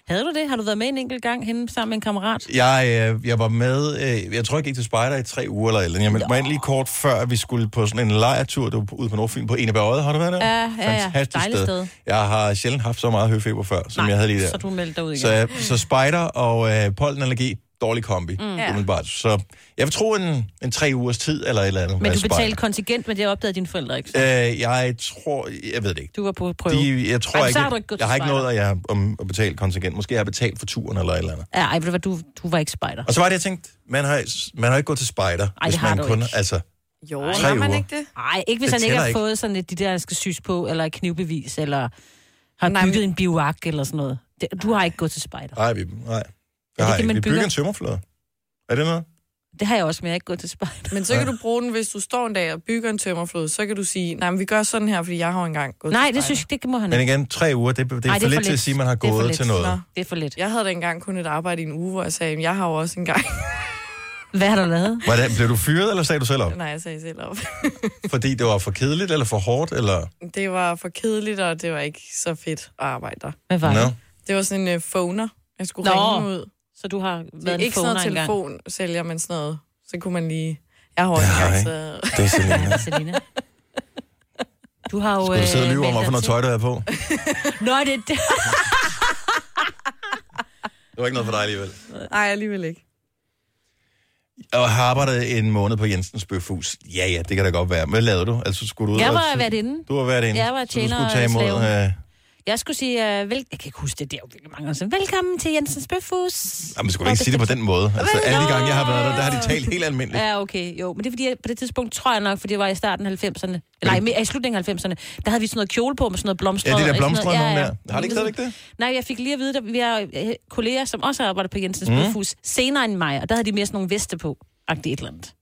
S2: Havde du det? Har du været med en enkelt gang henne sammen med en kammerat?
S1: Jeg, øh, jeg var med, øh, jeg tror, jeg gik til Spejder i tre uger eller et eller andet. Jeg meldte mig ind lige kort før, vi skulle på sådan en lejertur det var ude på Nordfyn på Enebær Odde. Har du været der?
S2: Ja, ja, ja.
S1: Fantastisk
S2: Dejligt
S1: sted.
S2: sted.
S1: Jeg har sjældent haft så meget høfeber før, som
S2: Nej,
S1: jeg havde lige der.
S2: så du meldte dig ud igen.
S1: Så, jeg, så Spejder og øh, pollenallergi, dårlig kombi,
S2: Mm.
S1: mm.
S2: Ja.
S1: umiddelbart. Så jeg vil tro en, en tre ugers tid eller et eller andet.
S2: Men
S1: var
S2: du
S1: Spejder.
S2: betalte kontingent, men det opdagede dine forældre ikke.
S1: Øh, jeg tror, jeg ved det ikke.
S2: Du var på prøve.
S1: De, jeg tror
S2: Ej, men
S1: ikke,
S2: så har du ikke gået
S1: jeg
S2: til
S1: har ikke
S2: spejder.
S1: noget, at jeg har om, at betale kontingent. Måske jeg har betalt for turen eller et eller andet.
S2: Ja, ej, ved du hvad, du, du var ikke spejder.
S1: Og så var det, jeg tænkte, man har, man har ikke gået til spejder,
S2: Ej,
S1: hvis
S2: det har
S1: man
S2: du
S1: kun...
S2: ikke.
S1: Altså,
S2: Jo,
S1: Tre har man uger. ikke
S2: det? Nej, ikke hvis
S1: Det
S2: han ikke
S1: tæller
S2: har
S1: ikke.
S2: fået sådan et, de der, der skal syes på, eller et knivbevis, eller har
S3: Nej,
S2: Nej,
S3: men-
S2: bygget en bivak, eller sådan noget. Det, du har ikke gået til spejder.
S1: nej, vi, nej.
S2: det
S1: Jeg har
S2: det,
S1: ikke.
S2: man
S1: Vi bygger
S2: bygger?
S1: en tømmerflade. Er det noget?
S2: Det har jeg også, men jeg har ikke gået til spejder.
S3: Men så kan du bruge den, hvis du står en dag og bygger en tømmerflod, så kan du sige, nej, men vi gør sådan her, fordi jeg har jo engang gået
S2: Nej,
S3: til
S2: det
S3: spejder."
S2: synes jeg, det må han
S1: Men
S2: ikke.
S1: igen, tre uger, det, det, er,
S2: Ej,
S1: for lidt til at sige, at man har
S2: Det er for
S1: gået
S2: lidt.
S1: til noget.
S2: Nå, det er for lidt.
S3: Jeg havde da engang kun et arbejde i en uge, hvor jeg sagde, jeg har jo også engang.
S2: Hvad har du lavet?
S1: Hvordan, blev du fyret, eller sagde du selv op?
S3: nej, jeg sagde selv op.
S1: Fordi det var for kedeligt, eller for hårdt, eller...
S3: Det var for kedeligt, og det var ikke så fedt at arbejde der.
S2: Hvad var
S1: Nå.
S2: det?
S3: Det var sådan en uh, phoner, jeg skulle
S2: Nå,
S3: ringe ud.
S2: Så du har
S3: Det er
S2: været en
S3: ikke sådan
S2: phoner
S3: noget
S2: engang.
S3: telefon, sælger man sådan noget. Så kunne man lige... Jeg har også altså-" engang, så...
S1: Det er Selina.
S2: Selina. Du har jo... øh,
S1: Skulle du sidde og lyve om,
S2: meldt
S1: hvorfor
S2: dig
S1: noget
S2: til.
S1: tøj, der er på?
S2: Nå, det er det.
S1: Det var ikke noget for dig alligevel.
S3: Nej, alligevel ikke.
S1: Og har arbejdet en måned på Jensens Bøfhus. Ja, ja, det kan da godt være. Hvad lavede du? Altså, skulle du ud
S2: Jeg
S1: og-
S2: var værtinde.
S1: Du var været inde.
S2: Jeg var tjener
S1: Så du
S2: og
S1: skulle tage imod...
S2: slave.
S1: Øh,
S2: Jeg skulle sige, uh, vel... jeg kan ikke huske det, det er jo virkelig mange år siden. Velkommen til Jensens Bøfhus.
S1: jamen, skulle du ikke sige det på den måde? Altså, alle de gange, jeg har været der, der har de talt helt almindeligt.
S2: Ja, okay. Jo, men det er fordi, jeg, på det tidspunkt tror jeg nok, fordi det var i starten af 90'erne. Nej, mere- i slutningen af 90'erne. Der havde vi sådan noget kjole på med sådan noget blomstret.
S1: Ja, det der
S2: og sådan noget.
S1: blomstrede nogen der. Har de ikke
S2: Ligesom-
S1: stadigvæk det?
S2: Nej, jeg fik lige at vide, at vi har øh, kolleger, som også har arbejdet på Jensens
S1: Mm.
S2: mm. Bøfhus, senere end mig, og der havde de mere sådan nogle veste på. Agtigt et eller andet.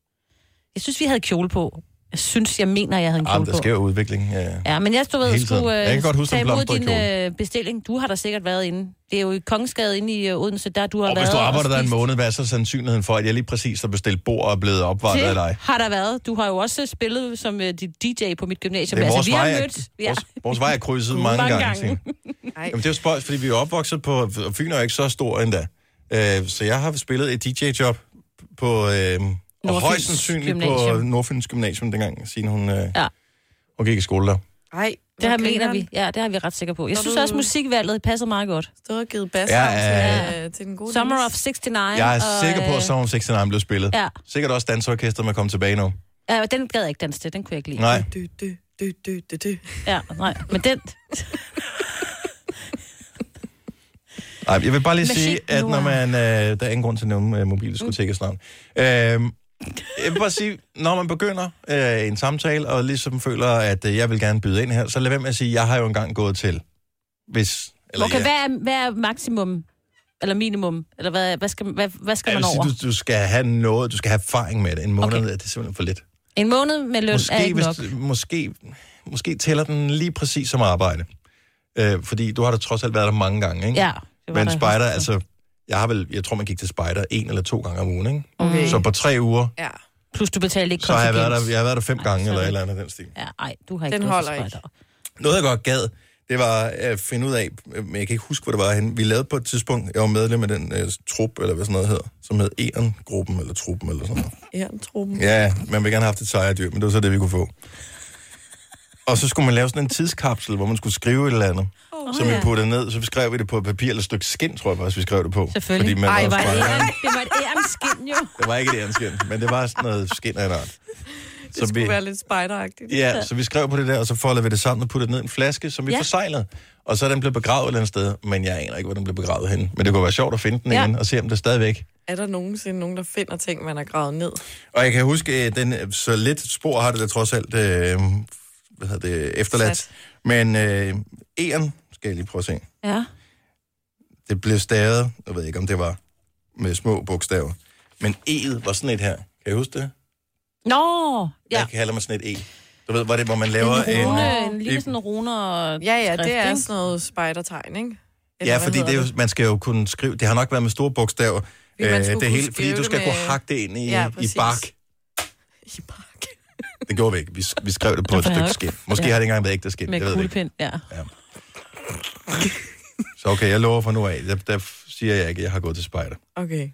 S2: Jeg synes, vi havde kjole på. Jeg synes, jeg mener, jeg havde en kjole
S1: Jamen,
S2: på.
S1: der sker jo udvikling. Øh.
S2: Ja, men jeg du ved,
S1: Hele tiden.
S2: skulle øh,
S1: Jeg kan godt huske
S2: tage
S1: den
S2: imod
S1: blomstrede
S2: din
S1: kjole.
S2: øh, bestilling. Du har da sikkert været inde. Det er jo i Kongsgade inde i øh, Odense, der du har
S1: Og
S2: været.
S1: hvis du arbejder der en
S2: spist.
S1: måned, hvad er så sandsynligheden for, at jeg lige præcis har bestilt bord og er blevet opvartet af dig?
S2: Det har der været. Du har jo også spillet som øh, dit DJ på mit gymnasium.
S1: Det er vores
S2: altså, vi
S1: vej,
S2: har
S1: at-
S2: mødt... Ja.
S1: Vores, vores vej er krydset mange, mange
S2: Mange
S1: gange.
S2: gange.
S1: gange. Jamen, det er jo spøjs, fordi vi er jo opvokset på... Og Fyn er jo ikke så stor endda. Øh, så jeg har spillet et DJ-job på... Øh, og højst sandsynligt på
S2: Gymnasium.
S1: Nordfyns Gymnasium dengang, siden hun, øh,
S2: Ja.
S1: hun gik i skole der.
S3: Nej,
S2: det her mener vi. Ja, det har vi ret sikker på. Jeg
S3: Så
S2: synes
S3: du-
S2: også, musikvalget passede meget godt.
S3: Stod og givet bas
S1: Ja, ja,
S3: Til, øh, til den gode
S2: Summer of
S3: Dennis.
S2: 69.
S1: Jeg er
S2: og,
S1: sikker på, at
S2: øh,
S1: Summer of 69 blev spillet.
S2: Ja.
S1: Sikkert også dansorkestret, man kom tilbage nu.
S2: Ja, men den gad jeg ikke danse til. Den kunne jeg ikke lide.
S1: Nej.
S3: Du, du, du, du, du, du.
S2: Ja, nej. Men den...
S1: Ej, jeg vil bare lige
S2: Med
S1: sige,
S2: chic
S1: at når
S2: noir.
S1: man... Øh, der er ingen grund til at nævne øh, mobildiskotekers navn. Øh, jeg vil bare sige, når man begynder øh, en samtale, og ligesom føler, at øh, jeg vil gerne byde ind her, så lad være med at sige, jeg har jo engang gået til. Hvis...
S2: Eller, okay,
S1: ja.
S2: hvad, er, hvad er maksimum? Eller minimum? Eller hvad, hvad skal, hvad, hvad skal
S1: Jeg
S2: man
S1: vil
S2: over?
S1: sige, Altså, du, du skal have noget, du skal have erfaring med det. En måned okay. er det simpelthen for lidt.
S2: En måned med løn er
S1: Måske,
S2: ikke
S1: hvis,
S2: nok.
S1: du- måske, måske tæller den lige præcis som arbejde. Øh, fordi du har da trods alt været der mange gange, ikke?
S2: Ja, det var
S1: Men
S2: der.
S1: spejder, altså... Jeg har vel, jeg tror, man gik til spejder en eller to gange om ugen, ikke?
S2: Okay.
S1: Så på tre uger,
S3: Ja.
S2: Plus du betalte ikke
S1: så har jeg været der,
S2: kontingent.
S1: jeg har været der fem gange
S2: så er
S1: eller et
S2: det-
S1: eller andet af den stil.
S2: Ja, ej, du har ikke
S3: Den
S2: gået til
S3: holder ikke.
S2: spejder.
S1: Noget, jeg godt gad, det var at finde ud af, men jeg kan ikke huske, hvor det var henne. Vi lavede på et tidspunkt, jeg var medlem af den uh, trup, eller hvad sådan noget hedder, som hed Eren-gruppen, eller truppen, eller sådan noget.
S3: Ærentruppen.
S1: Ja, man ville gerne have haft et sejrdyr, men det var så det, vi kunne få. Og så skulle man lave sådan en tidskapsel, hvor man skulle skrive et eller andet,
S2: Åh,
S1: oh, som
S2: ja.
S1: vi puttede ned. Så skrev vi det på et papir eller et stykke skind, tror jeg faktisk, vi skrev det på.
S2: Selvfølgelig.
S1: Fordi man
S2: ej,
S1: var
S2: var det,
S1: spejder.
S2: æren, det var et ærenskind, jo.
S1: Det var ikke et ærenskind, men det var sådan noget skind af en art. Så
S3: Det skulle være lidt spejderagtigt.
S1: Ja, så vi skrev på det der, og så foldede vi det sammen og puttede det ned i en flaske, som vi
S3: Ja.
S1: ja. forseglede. Og så er den blevet begravet et eller andet sted, men jeg aner ikke, hvor den blev begravet henne. Men det kunne være sjovt at finde den
S3: Ja.
S1: ja. igen og se, om det stadigvæk.
S3: Er der nogensinde nogen, der finder ting, man har gravet ned?
S1: Og jeg kan huske, øh, den, øh, så lidt spor har det da trods alt øh, hvad hedder det, efterladt.
S3: Sat.
S1: Men øh, E'en, skal jeg lige prøve at se.
S2: Ja.
S1: Det blev stavet, jeg ved ikke, om det var med små bogstaver. Men E'et var sådan et her. Kan I huske det?
S2: Nå, ja.
S1: Jeg kalder mig sådan et E. Du ved, hvor, det, hvor man laver
S2: En rune,
S1: en, øh,
S2: en lille sådan rune og
S3: Ja, ja, det er
S2: ikke?
S3: sådan noget spejdertegn, ikke? Eller
S1: Ja,
S3: hvad
S1: fordi det, er
S3: hedder
S1: jo- man skal jo kunne skrive... Det har nok været med store bogstaver.
S3: Fordi man
S1: øh,
S3: skulle
S1: det
S3: kunne
S1: hele, fordi
S3: skrive
S1: du
S3: det
S1: skal
S3: med-
S1: kunne hakke det ind i,
S3: Ja,
S1: ja, i
S3: præcis.
S1: bark. Det gjorde vi ikke. Vi, vi skrev det på et
S2: Hvorfor
S1: stykke
S2: ikke?
S1: skin. Måske
S2: Ja.
S1: har det ikke engang været ægte skin.
S2: Med
S1: Jeg ved det ikke.
S2: kuglepind, ja.
S1: Så okay, jeg lover for nu af. Der, der siger jeg ikke, at jeg har gået til spejder.
S3: Okay.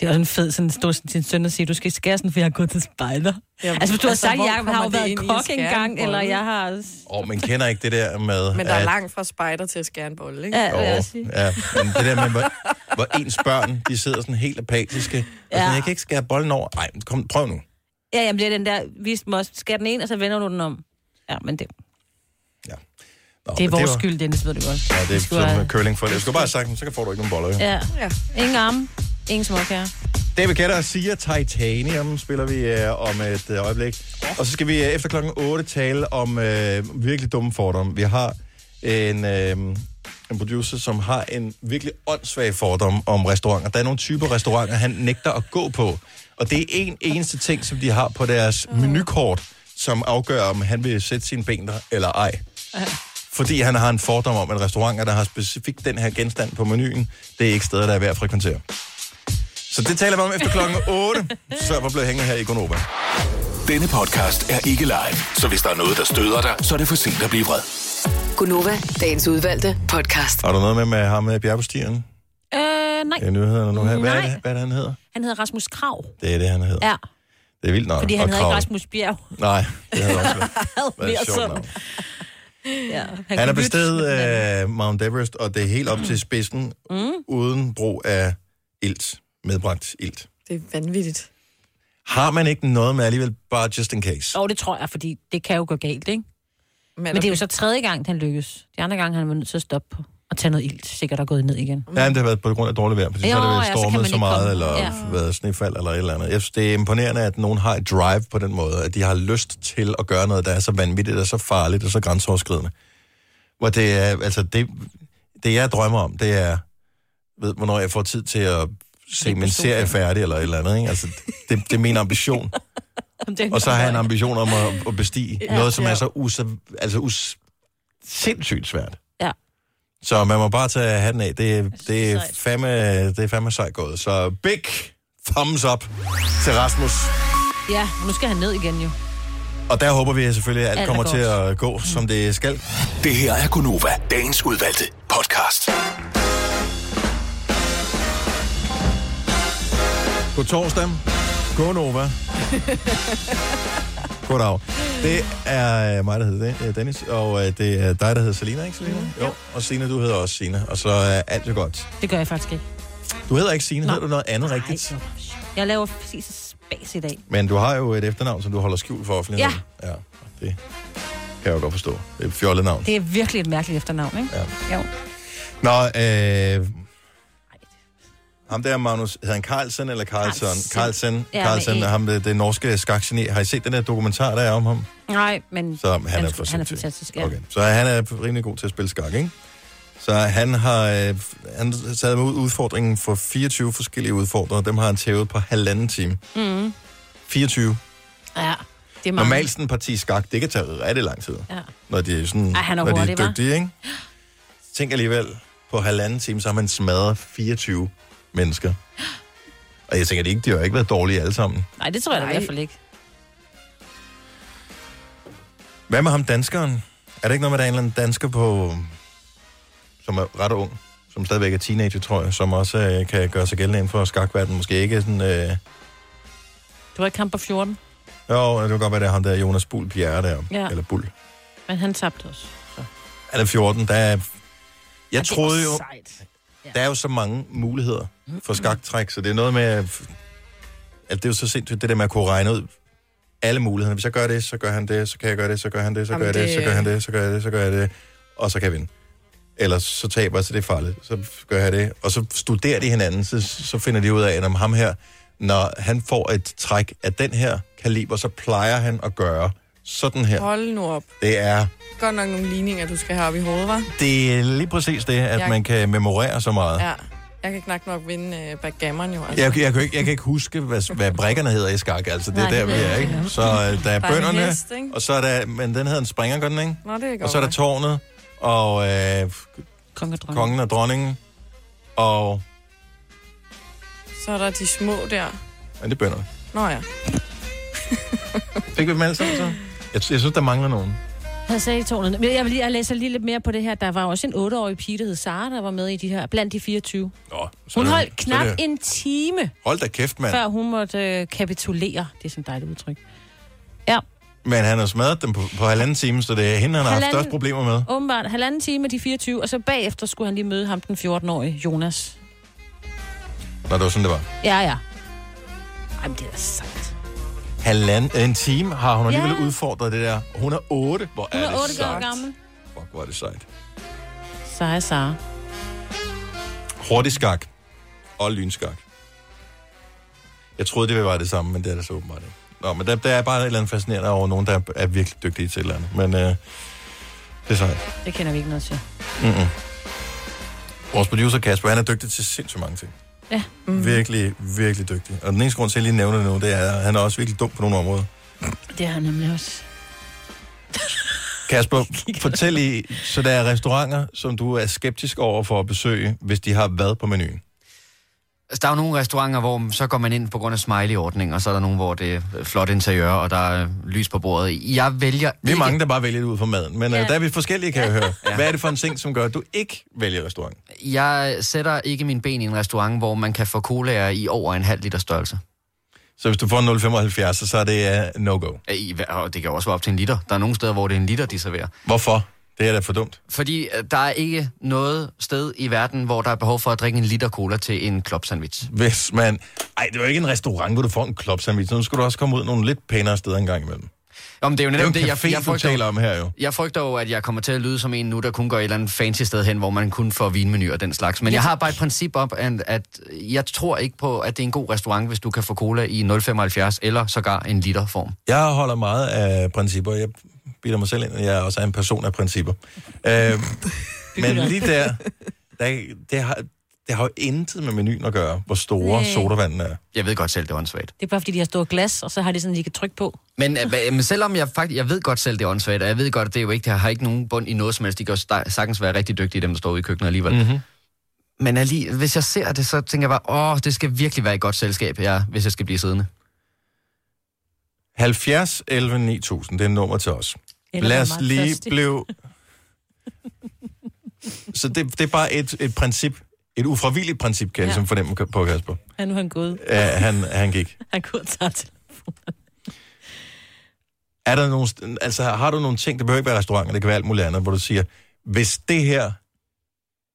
S2: Det er også en fed sådan, stå til sin søn og sige, du skal i skærsen, for jeg har gået til spejder.
S3: Jamen,
S2: altså, hvis du
S3: altså,
S2: har sagt,
S3: hvor
S2: jeg har
S3: kommer
S2: jo
S3: det
S2: været
S3: ind i
S2: kok engang,
S3: skærmbolle?
S2: eller jeg har...
S1: Og man kender ikke det der med...
S3: Men der er
S1: at-
S3: langt fra spejder til skærnbolle, ikke?
S2: Ja,
S1: Jo, ja, men det der med, hvor, hvor ens børn, de sidder sådan helt apatiske. Ja. Og
S2: Ja.
S1: sådan, jeg kan ikke skære bolden over. Nej, kom, prøv nu.
S2: Ja, jamen det er den der, vis mig også, skær den en, og så vender du den om. Ja, men det...
S1: Nå,
S2: det er
S1: men
S2: vores
S1: var-
S2: skyld, Dennis, ved du godt.
S1: Ja, det er
S2: Vi skulle
S1: sådan
S2: have-
S1: med curling for det. Jeg skulle bare have sagt, så kan får du ikke nogen boller. Jo.
S2: Ja. ja. Ingen arme, ingen småkager.
S1: David Guetta og Sia Titanium spiller vi øh, om et øh, øjeblik. Og så skal vi øh, efter klokken 8 tale om øh, virkelig dumme fordomme. Vi har en, øh, en producer, som har en virkelig åndssvag fordom om restauranter. Der er nogle typer restauranter, han nægter at gå på. Og det er en eneste ting, som de har på deres menukort, som afgør, om han vil sætte sine ben der eller ej. Fordi han har en fordom om, at restauranter, der har specifikt den her genstand på menuen, det er ikke steder, der er værd at frekventere. Så det taler vi om efter klokken 8. Så hvor blev hængende her i Gonova.
S9: Denne podcast er ikke live, så hvis der er noget, der støder dig, så er det for sent at blive vred.
S8: Gunova, dagens udvalgte podcast.
S1: Har du noget med, med ham med bjergbestigeren?
S2: Øh, nej.
S1: Det er nyhederne nu her. Hvad er,
S2: Nej.
S1: det, hvad er det, han hedder?
S2: Han hedder Rasmus Krav.
S1: Det er det, han hedder.
S2: Ja,
S1: Det er vildt nok.
S2: fordi han
S1: Og
S2: hedder ikke
S1: Krav.
S2: Rasmus Bjerg.
S1: Nej, det havde også været. Hvad
S2: Mere
S1: sjovt
S2: sådan.
S1: navn.
S2: Ja,
S1: Han har besteget øh, Mount Everest, og det er helt op til spidsen, mm. uden brug af ilt, medbragt ilt.
S3: Det er vanvittigt.
S1: Har man ikke noget med alligevel, bare just in case?
S2: Og det tror jeg, fordi det kan jo gå galt, ikke?
S3: Men,
S2: Men det er jo så tredje gang, han lykkes. De andre gange, han var nødt til at stoppe og tage noget ilt. Sikkert er gået ned igen.
S1: Ja, men det har været på grund af dårligt vejr, fordi så
S2: Jo,
S1: har det
S2: ja,
S1: været
S2: så kan man
S1: stormet så,
S2: ikke
S1: meget,
S2: komme.
S1: eller
S2: Ja.
S1: ja. været snefald, eller et eller andet. Jeg synes, det er imponerende, at nogen har et drive på den måde, at de har lyst til at gøre noget, der er så vanvittigt, og så farligt, og så grænseoverskridende. Hvor det er, altså det, det jeg drømmer om, det er, ved, hvornår jeg får tid til at se min serie færdig, eller et eller andet, ikke? Altså, det, det er min ambition. Og så har jeg en ambition om at, at bestige
S2: Ja.
S1: ja, noget, som
S2: Ja.
S1: er så us, altså us, sindssygt svært.
S2: Ja.
S1: Så man må bare tage hatten af. Det, det, er, fandme, det er fandme sejt gået. Så big thumbs up til Rasmus.
S2: Ja, nu skal han ned igen jo.
S1: Og der håber vi selvfølgelig, at
S2: Alt er
S1: alt kommer
S2: godt. Mm.
S1: til at gå, som det skal.
S9: Det her er Gonova, dagens udvalgte podcast.
S1: God torsdag. God Nova. Goddag. Det er mig, der hedder Dan- øh, Dennis, og øh, det er dig, der hedder Selina, ikke Selina?
S2: Mm-hmm.
S1: Jo. Og Sina, du hedder også Sina, og så er alt jo godt.
S2: Det gør jeg faktisk ikke.
S1: Du hedder ikke Sina, hedder du noget andet rigtigt?
S2: Jeg laver præcis spas i dag.
S1: Men du har jo et efternavn, som du holder skjult for
S2: Ja,
S1: offentligheden. Ja. ja. Det kan jeg jo godt forstå. Det er et fjollet navn.
S2: det er virkelig et mærkeligt efternavn, ikke? Ja. Jo.
S1: Nå, øh... Ham der, Magnus, hedder han Carlsen eller Carlsen? Carlsen.
S2: Ja, med
S1: Carlsen,
S2: E.
S1: ham det, det norske skakgeni. Har I set den der dokumentar, der er om ham?
S2: Nej, men
S1: Så han er for
S2: han er
S1: sindssyg.
S2: fantastisk. Ja. Okay.
S1: Så han er rimelig god til at spille skak, ikke? Så han har øh, han sad med udfordringen for 24 forskellige udfordrere. Dem har han tævet på halvanden time.
S2: Mm.
S1: 24.
S2: Mm-hmm. Ja. er mange.
S1: Normalt sådan en parti skak, det kan tage rigtig lang tid.
S2: Ja.
S1: Når de er, sådan,
S2: Ej, han er
S1: når de er
S2: hurtig, hva'?
S1: dygtige, ikke? Tænk alligevel, på halvanden time, så har man smadret 24 mennesker. Og jeg tænker, de, ikke, de har jo ikke været dårlige alle sammen.
S2: Nej, det tror jeg da i
S3: Nej.
S2: hvert fald ikke.
S1: Hvad med ham danskeren? Er det ikke noget med, at der er en eller anden dansker på, som er ret ung, som stadigvæk er teenager, tror jeg, som også øh, kan gøre sig gældende inden for skakverden. Måske ikke sådan... Øh...
S2: Det var ikke kamp på 14,
S1: Jo, det kan godt være, det er ham der, Jonas Bull Pierre der.
S2: Ja.
S1: Eller Bull.
S2: men han tabte også.
S1: Er det 14? Der er... Jeg troede jo...
S2: Sejt.
S1: Der er jo så mange muligheder
S3: Mm-hmm.
S1: for skaktræk, så det er noget med... at- At det er jo så sindssygt, det der med at kunne regne ud alle mulighederne. Hvis jeg gør det, så gør han det, så kan jeg gøre det, så gør han det, så gør
S2: Jamen,
S1: jeg det,
S2: det-
S1: så gør han det, så gør jeg det, så gør jeg det, og så kan jeg vinde. Ellers så taber jeg, så det er farligt. Så gør jeg det. Og så studerer de hinanden, så, så finder de ud af, at om ham her, når han får et træk af den her kaliber, så plejer han at gøre sådan her.
S3: Hold nu op.
S1: Det er
S3: Godt nok nogle ligninger, du skal have op i hovedet, var.
S1: det er lige præcis det, at
S3: Jeg-
S1: man kan memorere så meget.
S3: Ja. Jeg kan knap nok vinde øh, backgammon jo. Altså.
S1: Jeg, jeg, kan ikke, jeg kan ikke huske, hvad, hvad brækkerne hedder i skak, altså det er
S3: Nej,
S1: der,
S3: det
S1: vi
S3: ved
S1: er,
S3: jeg
S1: ikke?
S3: ikke.
S1: Så øh, der er
S3: en
S1: bønderne,
S3: hest, ikke?
S1: og så er der, men den hedder en springer, gør den, ikke?
S3: Nå, det kan
S1: Og
S3: godt
S1: så er der
S3: være.
S1: tårnet, og øh,
S2: Kongen og dronningen.
S1: kongen og dronningen, og...
S3: Så er der de små der.
S1: Ja, det er bønderne.
S3: Nå ja.
S1: Fik vi dem alle sammen, så? Jeg, jeg synes, der mangler nogen.
S2: Han sagde i tårnet. Men jeg, vil lige, jeg læser lige lidt mere på det her. Der var også en 8-årig pige, der hed Sara, der var med i de her, blandt de 24.
S1: Nå, så
S2: Hun
S1: er det-
S2: holdt
S1: så er
S2: knap
S1: det-
S2: en time,
S1: Hold da kæft, mand.
S2: før hun måtte øh, kapitulere. Det er sådan et dejligt udtryk. Ja,
S1: Men han har smadret dem på, på halvanden time, så det er hende, han har haft
S2: Halvanden-
S1: størst problemer med.
S2: åbenbart halvanden time med de 24, og så bagefter skulle han lige møde ham, den 14-årige Jonas.
S1: Nå, det var sådan, det var.
S2: Ja, ja. Ej, men det er da sejt.
S1: Halvanden, en time har hun
S2: Ja.
S1: alligevel udfordret det der. Hun er 8. Hvor
S2: Hun
S1: er,
S2: er
S1: det
S2: 8 år
S1: sejt.
S2: gammel.
S1: Fuck, hvor er det sejt.
S2: Sej, Sara.
S1: Hurtig skak og lynskak. Jeg troede, det ville være det samme, men det er det så åbenbart ikke. Nå, men der, der er bare et eller andet fascinerende over nogen, der er virkelig dygtige til et eller andet. Men øh, det er sejt.
S2: Det kender vi ikke noget til.
S1: Mm-mm. Vores producer Kasper, han er dygtig til sindssygt mange ting.
S2: Ja.
S1: Mm. Virkelig, virkelig dygtig. Og den eneste grund til, at jeg lige nævner det nu, det er, at han er også virkelig dum på nogle områder.
S2: Det er han nemlig også.
S1: Kasper, fortæl i, så der er restauranter, som du er skeptisk over for at besøge, hvis de har hvad på menuen.
S11: Altså, der er jo nogle restauranter, hvor så går man ind på grund af smiley-ordning, og så er der nogle, hvor det er øh, flot interiør, og der er øh, lys på bordet. Jeg vælger
S1: Vi er
S11: ikke-
S1: mange, der bare vælger det ud fra maden, men ja.
S11: Ja.
S1: øh, der er vi forskellige, kan jeg høre.
S11: Ja.
S1: Hvad er det for en ting, som gør, at du ikke vælger restaurant?
S11: Jeg sætter ikke min ben i en restaurant, hvor man kan få colaer i over en halv liter størrelse.
S1: Så hvis du får en 0,75, så er det uh, no-go.
S11: Øh, I, hver- og det kan også være op til en liter. Der er nogle steder, hvor det er en liter, de serverer.
S1: Hvorfor? Det er da for dumt.
S11: Fordi øh, der er ikke noget sted i verden, hvor der er behov for at drikke en liter cola til en klopsandwich.
S1: Hvis man... Ej, det er jo ikke en restaurant, hvor du får en klopsandwich. Nu skal du også komme ud nogle lidt pænere steder en gang imellem.
S11: Jamen, det er jo
S1: Det er jo
S11: netop
S1: en
S11: det,
S1: café,
S11: jeg, jeg
S1: du
S11: frygter.
S1: taler om her jo.
S11: Jeg frygter jo, at jeg kommer til at lyde som en nu, der kun går et eller andet fancy sted hen, hvor man kun får vinmenu og den slags. Men jeg har bare et princip om, at, at jeg tror ikke på, at det er en god restaurant, hvis du kan få cola i 0,75 eller sågar en liter form.
S1: Jeg holder meget af principper. Jeg bilder mig selv ind, at jeg også er en person af principper. Øh, men lige der, der det, har, det har jo intet med menuen at gøre, hvor store
S2: Nej.
S1: sodavandene er.
S11: Jeg ved godt selv, det er åndssvagt.
S2: Det er bare, fordi de har store glas, og så har de sådan, de kan trykke på.
S11: Men, øh, hva- men selvom jeg faktisk, jeg ved godt selv, det er åndssvagt, og jeg ved godt, at det er jo ikke, det har ikke nogen bund i noget som helst. De kan jo sta- sagtens være rigtig dygtige, dem der står ude i køkkenet alligevel.
S1: Mm-hmm.
S11: Men alligevel, hvis jeg ser det, så tænker jeg bare, åh, det skal virkelig være et godt selskab, ja, hvis jeg skal blive siddende.
S1: 70 11 9000, det er nummer til os.
S9: Eller
S1: Lad
S9: være
S1: os
S9: meget
S1: lige
S9: thirsty.
S1: blive... Så det, det er bare et, et princip, et ufravilligt princip, kan jeg
S2: Ja.
S1: ja. ligesom fornemme på Kasper.
S2: Ja, nu er han gået.
S1: Uh, han, han gik.
S2: Han kunne tage til.
S1: Er der nogle, st- altså, har du nogle ting, det behøver ikke være restauranter, det kan være alt muligt andet, hvor du siger, hvis det her,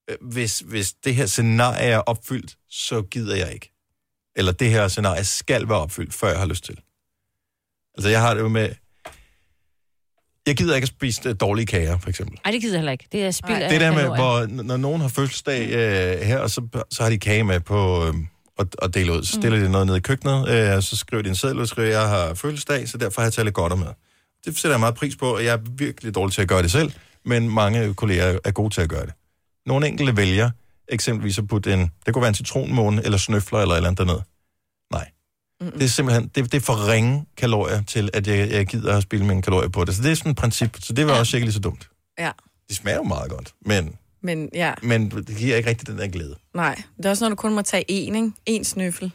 S1: øh, hvis, hvis det her scenarie er opfyldt, så gider jeg ikke. Eller det her scenarie skal være opfyldt, før jeg har lyst til. Altså, jeg har det jo med, jeg gider ikke at spise øh, dårlige kager, for eksempel.
S2: Ej, det gider jeg heller ikke. Det er spild af
S1: det der med,
S2: kalorier.
S1: hvor n- når nogen har fødselsdag øh, her, og så, så har de kage med på øh, og, og deler ud. Så stiller de noget ned i køkkenet, øh, og så skriver de en seddel, og skriver, jeg har fødselsdag, så derfor har jeg taget godt med. Det sætter jeg meget pris på, og jeg er virkelig dårlig til at gøre det selv, men mange kolleger er gode til at gøre det. Nogle enkelte vælger eksempelvis at putte en, det kunne være en citronmåne, eller snøfler, eller et eller andet derned. Nej. Mm-hmm. Det er simpelthen det, det er for ringe kalorier til, at jeg, jeg gider at spille mine kalorier på det. Så det er sådan et princip, så det var ja. også sikkert lige så dumt.
S3: Ja,
S1: Det smager jo meget godt, men,
S3: men ja,
S1: men det giver ikke rigtig den der glæde.
S3: nej. Det er også, når du kun må tage én, ikke? En snøffel.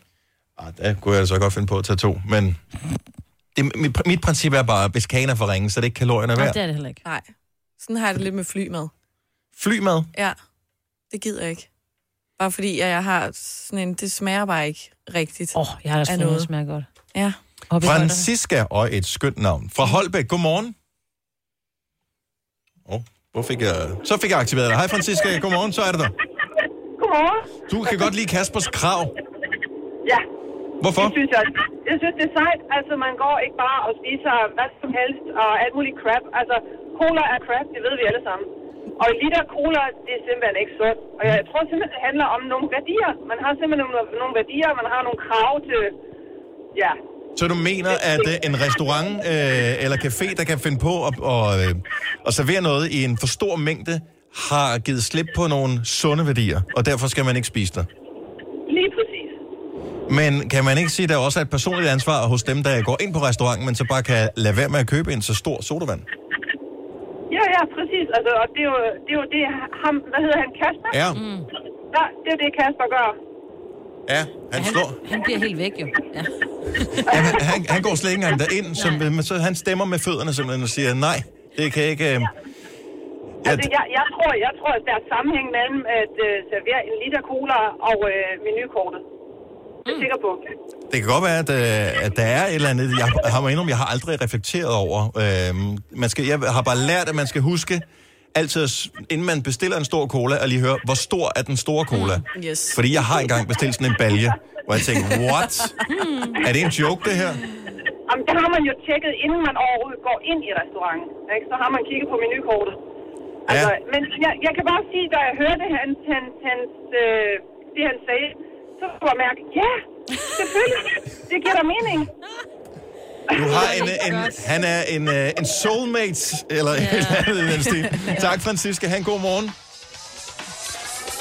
S1: Ah, der kunne jeg altså godt finde på at tage to, men det, mit, mit princip er bare, at hvis kagen er for ringe, så er det ikke kalorierne
S3: Nej,
S1: værd.
S3: det heller ikke. Nej. Sådan har jeg det lidt med flymad.
S1: Flymad?
S3: Ja, det gider jeg ikke. Bare fordi at jeg har sådan en, det smager bare ikke rigtigt. Åh, oh,
S2: jeg har også fundet, det smager godt.
S3: Ja.
S1: Francisca og et skønt navn. Fra Holbæk, godmorgen. Åh, oh, hvor fik jeg... Så fik jeg aktiveret dig. Hej Francisca, godmorgen, så er det der.
S4: Godmorgen.
S1: Du kan godt lide Kaspers krav.
S4: Ja.
S1: Hvorfor?
S4: Det synes jeg, jeg synes, det er sejt. Altså, man går ikke bare og spiser hvad som helst og alt muligt crap. Altså, cola er crap, det ved vi alle sammen. Og en liter cola, det er simpelthen ikke sundt. Og jeg tror simpelthen, det handler om nogle værdier. Man har simpelthen nogle, nogle værdier, man har nogle krav til... Ja,
S1: Så du mener, at øh, en restaurant øh, eller café, der kan finde på at, og, øh, at servere noget i en for stor mængde, har givet slip på nogle sunde værdier, og derfor skal man ikke spise det.
S4: lige præcis.
S1: Men kan man ikke sige, at der også er et personligt ansvar hos dem, der går ind på restauranten, men så bare kan lade være med at købe en så stor sodavand?
S4: Ja, ja, præcis. Altså, og det er jo det, er jo det ham, hvad hedder han, Kasper?
S1: Ja.
S4: Mm. Ja, det er jo det, Kasper gør.
S1: Ja, han slår.
S2: Han bliver helt væk, jo. Ja.
S1: Ja, han, han, han går slet ikke engang derind, så, men så han stemmer med fødderne simpelthen og siger, nej, det kan jeg ikke... Øh,
S4: Altså, jeg, jeg, tror, jeg tror, at der er sammenhæng mellem at øh, servere en liter cola og øh, menukortet. Det er jeg sikker på.
S1: Det kan godt være, at, øh, at der er et eller andet, jeg har må indrømme, jeg har aldrig reflekteret over. Øhm, man skal, jeg har bare lært, at man skal huske altid, at s- inden man bestiller en stor cola, at lige høre, hvor stor er den store cola?
S3: Yes.
S1: Fordi jeg har engang bestilt sådan en balje, hvor jeg tænkte, what? Er det en joke, det her?
S4: Hmm. Jamen, det har man jo tjekket, inden man overhovedet går ind i restauranten. Ikke? Så har man kigget på menukortet. Altså, ja. Men jeg, jeg kan bare sige, da jeg hørte hans, hans, hans, øh, det, han sagde, så kunne jeg mærke, ja, selvfølgelig, det giver da mening.
S1: Du har en, en, han er en, øh, en soulmate, eller ja. et eller andet i den stil. Tak, Francisca. Han god morgen.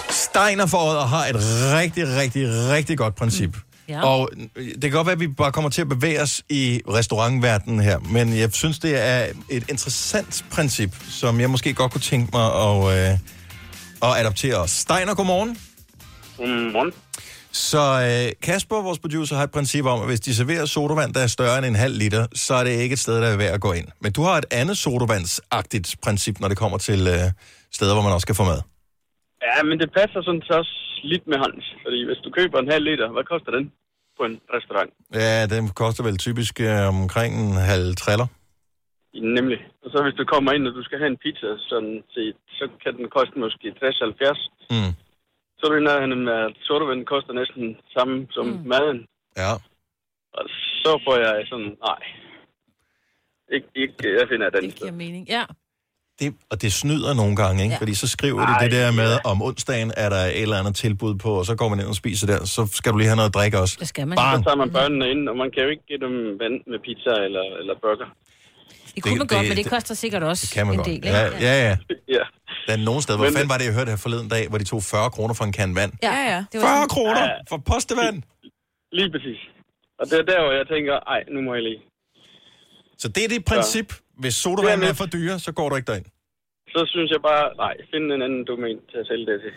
S1: Steiner for og har et rigtig, rigtig, rigtig godt princip.
S9: Ja.
S1: Ja. Og øh, det kan godt være, at vi bare kommer til at bevæge os i restaurantverdenen her, men jeg synes, det er et interessant princip, som jeg måske godt kunne tænke mig at, øh, at adoptere. Steiner, godmorgen.
S14: Godmorgen.
S1: Så øh, Kasper, vores producer, har et princip om, at hvis de serverer sodavand, der er større end en halv liter, så er det ikke et sted, der er værd at gå ind. Men du har et andet sodavandsagtigt princip, når det kommer til øh, steder, hvor man også kan få mad.
S20: Ja, men det passer sådan så også lidt med hans. Fordi hvis du køber en halv liter, hvad koster den på en restaurant?
S1: Ja, den koster vel typisk øh, omkring en halv triller.
S20: Nemlig. Og så hvis du kommer ind, og du skal have en pizza, sådan set, så kan den koste måske 60-70.
S1: Mm.
S20: Så er du i nærheden med, at sodavand koster næsten samme som mm. maden.
S1: Ja.
S20: Og så får jeg sådan, nej. Ikke, ikke, jeg finder et andet sted.
S2: Giver mening. Ja.
S1: Det, og det snyder nogle gange, ikke?
S2: Ja.
S1: Ja. Fordi så skriver de det der med, om onsdagen er der et eller andet tilbud på, og så går man ind og spiser der, så skal du lige have noget at drikke også.
S2: Det skal man.
S1: Barn.
S20: Så tager man børnene ind, og man kan jo ikke give dem vand med pizza eller, eller burger.
S2: Det kunne man godt, men det koster sikkert også
S1: Det kan man
S2: en
S1: godt.
S2: del. ikke?
S1: ja, ja, ja.
S20: ja.
S1: Der er nogen steder, hvor fanden var det, jeg hørte her forleden dag, hvor de tog 40 kroner for en kan vand.
S2: Ja, ja. Det
S1: 40 kroner for postevand.
S20: Lige præcis. Og det er der, hvor jeg tænker, ej, nu må jeg lige.
S1: Så det er det princip. Hvis sodavand er for dyre, så går du ikke derind.
S20: Så synes jeg bare, nej, find en anden domæn til at sælge det til.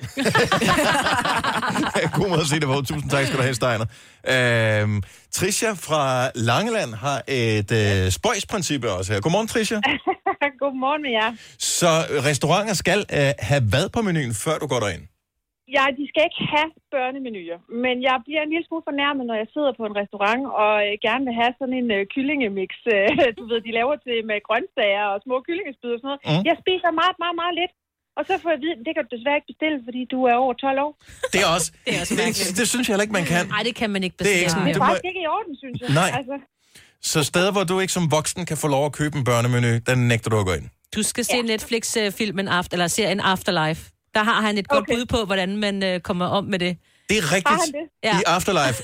S1: God måde at se det på. Tusind tak skal du have, Steiner. Øhm, Tricia fra Langeland har et øh, spøjsprincip også her. Godmorgen, Tricia.
S21: Godmorgen med jer.
S1: Så øh, restauranter skal øh, have hvad på menuen, før du går derind?
S21: Ja, de skal ikke have børnemenuer, men jeg bliver en lille smule fornærmet, når jeg sidder på en restaurant og øh, gerne vil have sådan en øh, kyllingemix, øh, du ved, de laver til med grøntsager og små kyllingespyd og sådan noget. Mm.
S1: Mm.
S21: Jeg spiser meget, meget, meget lidt. Og så får jeg at vide, det kan du desværre ikke bestille, fordi du er over 12 år.
S1: Det er også...
S21: Det er også mærkeligt.
S1: det, det synes jeg heller ikke, man kan.
S21: Nej, det kan man ikke
S1: Det er ikke bestille. sådan,
S21: Det
S1: det
S21: er
S1: må-
S21: faktisk ikke i orden, synes jeg.
S1: Nej.
S21: Altså,
S1: Så steder, hvor du ikke som voksen kan få lov at købe en børnemenu, den nægter du at gå ind.
S2: Du skal se Netflix-filmen after, eller serien Afterlife. Der har han et godt bud på, hvordan man øh, kommer om med det.
S1: Det er rigtigt.
S2: Ja.
S1: I Afterlife,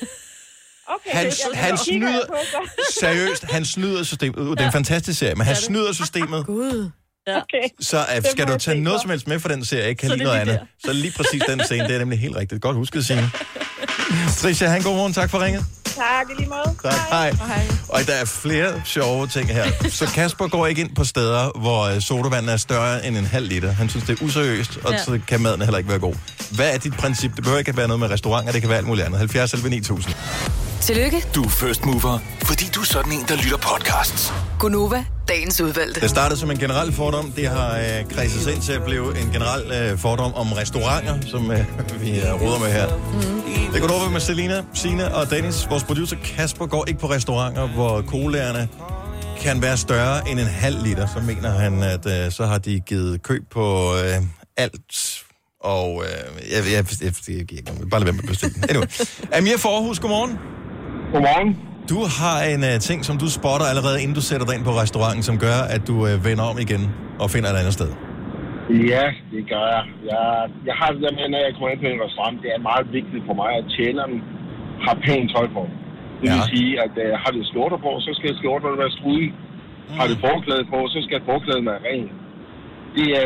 S21: okay,
S1: Han-
S21: det-
S1: han
S21: det kigger jeg
S1: snyder-
S21: på, så.
S1: Seriøst, han snyder systemet. Uh, Det er en fantastisk serie, men han snyder systemet.
S21: Gud. Okay.
S1: Så
S21: Den
S1: uh,
S21: må
S1: skal du
S21: jeg
S1: tage
S21: se
S1: noget
S21: for.
S1: som helst med fra den serie, ikke kan
S21: Så
S1: lide
S21: det
S1: noget
S21: er lige
S1: andet. Så lige præcis den scene, det er nemlig helt rigtigt. Godt husket, Signe. Tricia, han god morgen. Tak for ringet.
S21: tak, i lige måde.
S1: Tak, hej. Og der er flere sjove ting her. Så Kasper går ikke ind på steder, hvor øh, sodavandet er større end en halv liter. Han synes, det er useriøst, og
S2: Ja.
S1: så kan maden heller ikke være god. Hvad er dit princip? Det behøver ikke at være noget med restauranter, det kan være alt muligt andet. 70 11 9000.
S8: Tillykke,
S1: Du er first mover.
S9: Fordi du er sådan en, der lytter podcasts.
S8: Gunova, dagens udvalgte.
S1: Det startede som en generel fordom. Det har øh, kredset sig ind til at blive en generel øh, fordom om restauranter, som øh, vi øh, ruder med her. Mm. Det går over med Selina, Sina og Dennis. Vores producer Kasper går ikke på restauranter, hvor colaerne kan være større end en halv liter. Så mener han, at øh, så har de givet køb på øh, alt. Og øh, jeg, jeg, jeg, jeg, jeg, giver ikke noget. bare lad være med at bestille. Anyway. Amir Forhus, godmorgen. Godmorgen. Du har en uh, ting, som du spotter allerede, inden du sætter dig ind på restauranten, som gør, at du uh, vender om igen og finder et andet sted.
S5: Ja, det gør jeg. jeg. Jeg har det der med, når jeg kommer ind på en restaurant, det er meget vigtigt for mig, at tjeneren har pænt tøj på. Det vil sige, at øh, har det skjorter på, så skal skjorterne være struden. Mm. Har det forklæde på, så skal forklædet være ren. Det er,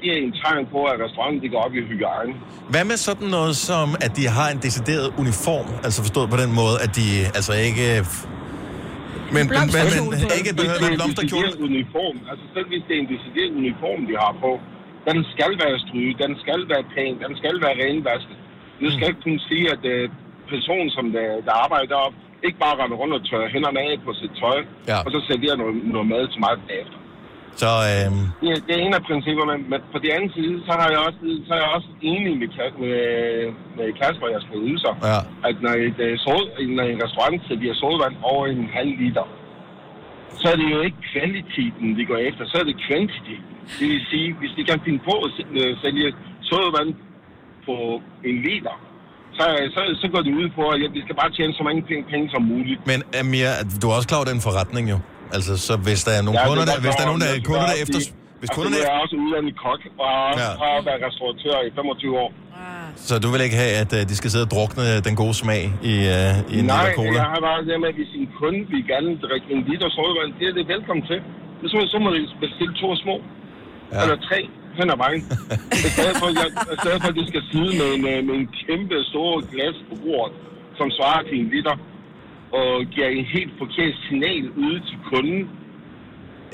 S5: det er en tegn på, at restauranten de går op i hygiejne.
S1: Hvad med sådan noget som, at de har en decideret uniform? Altså forstået på den måde, at de altså ikke... øh, Men, men, men, men ikke behøver at være en blomsterkjole.
S5: Det er en decideret uniform. Altså selv hvis det er en decideret uniform, de har på, den skal være stryget, den skal være pæn, den skal være renvasket. Du skal ikke kunne sige, at uh, personen, som der, der arbejder deroppe, ikke bare render rundt og tørrer hænderne af på sit tøj,
S1: ja.
S5: og så serverer noget, noget mad til mig bagefter.
S1: Så øh,
S5: Det, er- det er en af principperne, men på den anden side, så, har jeg også, så er jeg også enig med, Kas- med, med Kasper, jeg skal yde sig,
S1: ja.
S5: at når, et, øh, sol, når en restaurant serverer sodavand over en halv liter, så er det jo ikke kvaliteten, vi går efter, så er det kvantity. Det vil sige, hvis de kan finde på at s- øh, sælge sodavand på en liter, så, så, så går det ud på, at ja, vi skal bare tjene så mange penge, penge som muligt.
S1: men Amir, du er også klar over den forretning jo. Altså, så hvis der er nogle
S5: Ja,
S1: ja,
S5: det er
S1: kunder, der,
S5: godt
S1: hvis der er
S5: klar
S1: nogen,
S5: over,
S1: der,
S5: men
S1: kunder, der
S5: jeg
S1: efter...
S5: skal bare sige,
S1: Hvis
S5: altså,
S1: kunderne
S5: nu er jeg også uddannet kok og
S1: Ja.
S5: ja. har været restauratør i 25 år.
S1: Så du vil ikke have, at øh, de skal sidde og drukne den gode smag i, øh, i en
S5: Nej,
S1: liter cola?
S5: jeg har bare det der med, at hvis en kunde vil gerne drikke en liter sodavand, det er det velkommen til. Men Så, så må de bestille to små, ja. eller tre, hen ad vejen. I stedet for, jeg, i stedet for at de skal sidde med en, øh, med en kæmpe stor glas på bordet, som svarer til en liter, og giver en helt forkert signal ude til kunden.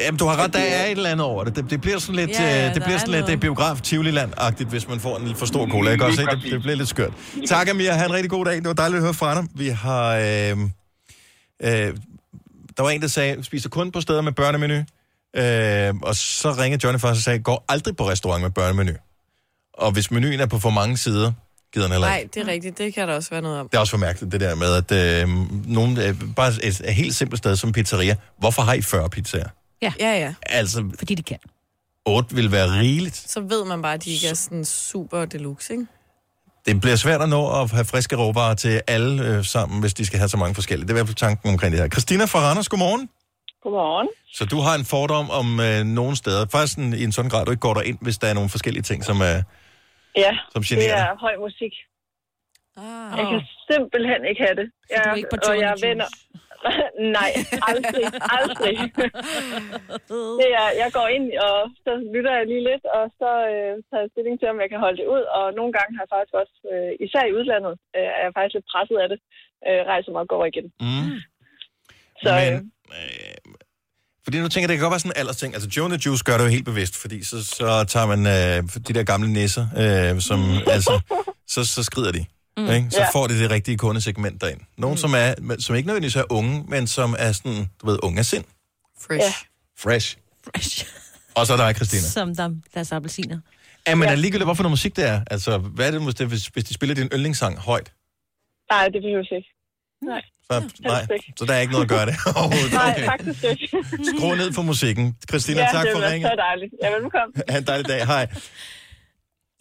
S1: Jamen, du har ret, der er et eller andet over det. Det, det bliver sådan lidt,
S5: Ja, ja,
S1: ja, ja,
S5: der
S1: det bliver
S5: er
S1: sådan lidt
S5: noget.
S1: øh, biograf Tivoliland-agtigt, hvis man får en lidt for stor cola. Jeg kan
S5: Mm,
S1: godt
S5: Lige
S1: se, det,
S5: præcis.
S1: det bliver lidt skørt. Tak, Amir. Ha' en rigtig god dag. Det var dejligt at høre fra dig. Vi har... Øh, øh, der var en, der sagde, spiser kun på steder med børnemenu. Øh, og så ringede Johnny først og sagde, går aldrig på restaurant med børnemenu. Og hvis menuen er på for mange sider, gider han heller ikke.
S3: Nej, det er rigtigt. Det kan der også være noget om.
S1: Det er også for mærkeligt, det der med, at øh, nogen, øh, bare et, et helt simpelt sted som pizzeria. Hvorfor har I 40 pizzaer?
S2: Ja.
S3: ja, ja.
S1: Altså,
S2: Fordi de kan.
S1: 8 vil være rigeligt.
S3: Så ved man bare, at de ikke er sådan super deluxe, ikke?
S1: Det bliver svært at nå at have friske råvarer til alle øh, sammen, hvis de skal have så mange forskellige. Det er i hvert fald tanken omkring det her. Christina fra Randers, godmorgen.
S17: Godmorgen.
S1: Så du har en fordom om øh, nogle steder. Faktisk en, i en sådan grad, du ikke går derind, hvis der er nogle forskellige ting, som er... Øh,
S17: Ja,
S1: Som
S17: det
S1: generer
S17: er høj musik. Ah. Jeg kan simpelthen ikke have det. Jeg,
S21: du er ikke på
S17: og
S21: Johnny
S17: jeg
S21: Juice?
S17: vender. Nej, aldrig, aldrig. det er, jeg går ind, og så lytter jeg lige lidt, og så øh, tager jeg stilling til, om jeg kan holde det ud. Og nogle gange har jeg faktisk også, øh, især i udlandet, øh, er jeg faktisk lidt presset af det, øh, rejser mig og går igen.
S1: Mm.
S17: Så,
S1: Men, øh, fordi nu tænker jeg, det kan godt være sådan en aldersting. Altså, Joe and the Juice gør det jo helt bevidst, fordi så, så tager man øh, de der gamle nisser, øh, som altså, så, så skrider de. Mm. Ikke? Så
S17: Ja.
S1: får de det rigtige kundesegment derind. Nogen, mm. som, er, som ikke nødvendigvis er unge, men som er sådan, du ved, unge af sind.
S3: Fresh.
S17: Ja.
S1: Fresh.
S2: Fresh.
S1: Og så er der Christina.
S2: Som dem, deres appelsiner.
S1: Ja, men ja. ligegyldigt, hvorfor noget musik det er. Altså, hvad er det, måske, hvis, hvis de spiller din yndlingssang højt?
S17: nej, det behøver ikke. Nej,
S1: Så, nej,
S17: ikke.
S1: så der er ikke noget at gøre det. overhovedet.
S17: nej
S1: okay.
S17: faktisk ikke.
S1: Skru ned for musikken. Christina,
S17: ja,
S1: tak
S17: det
S1: for
S17: var
S1: ringen.
S17: så dejligt. Ja, velkommen.
S1: Ha' en dejlig dag. Hej.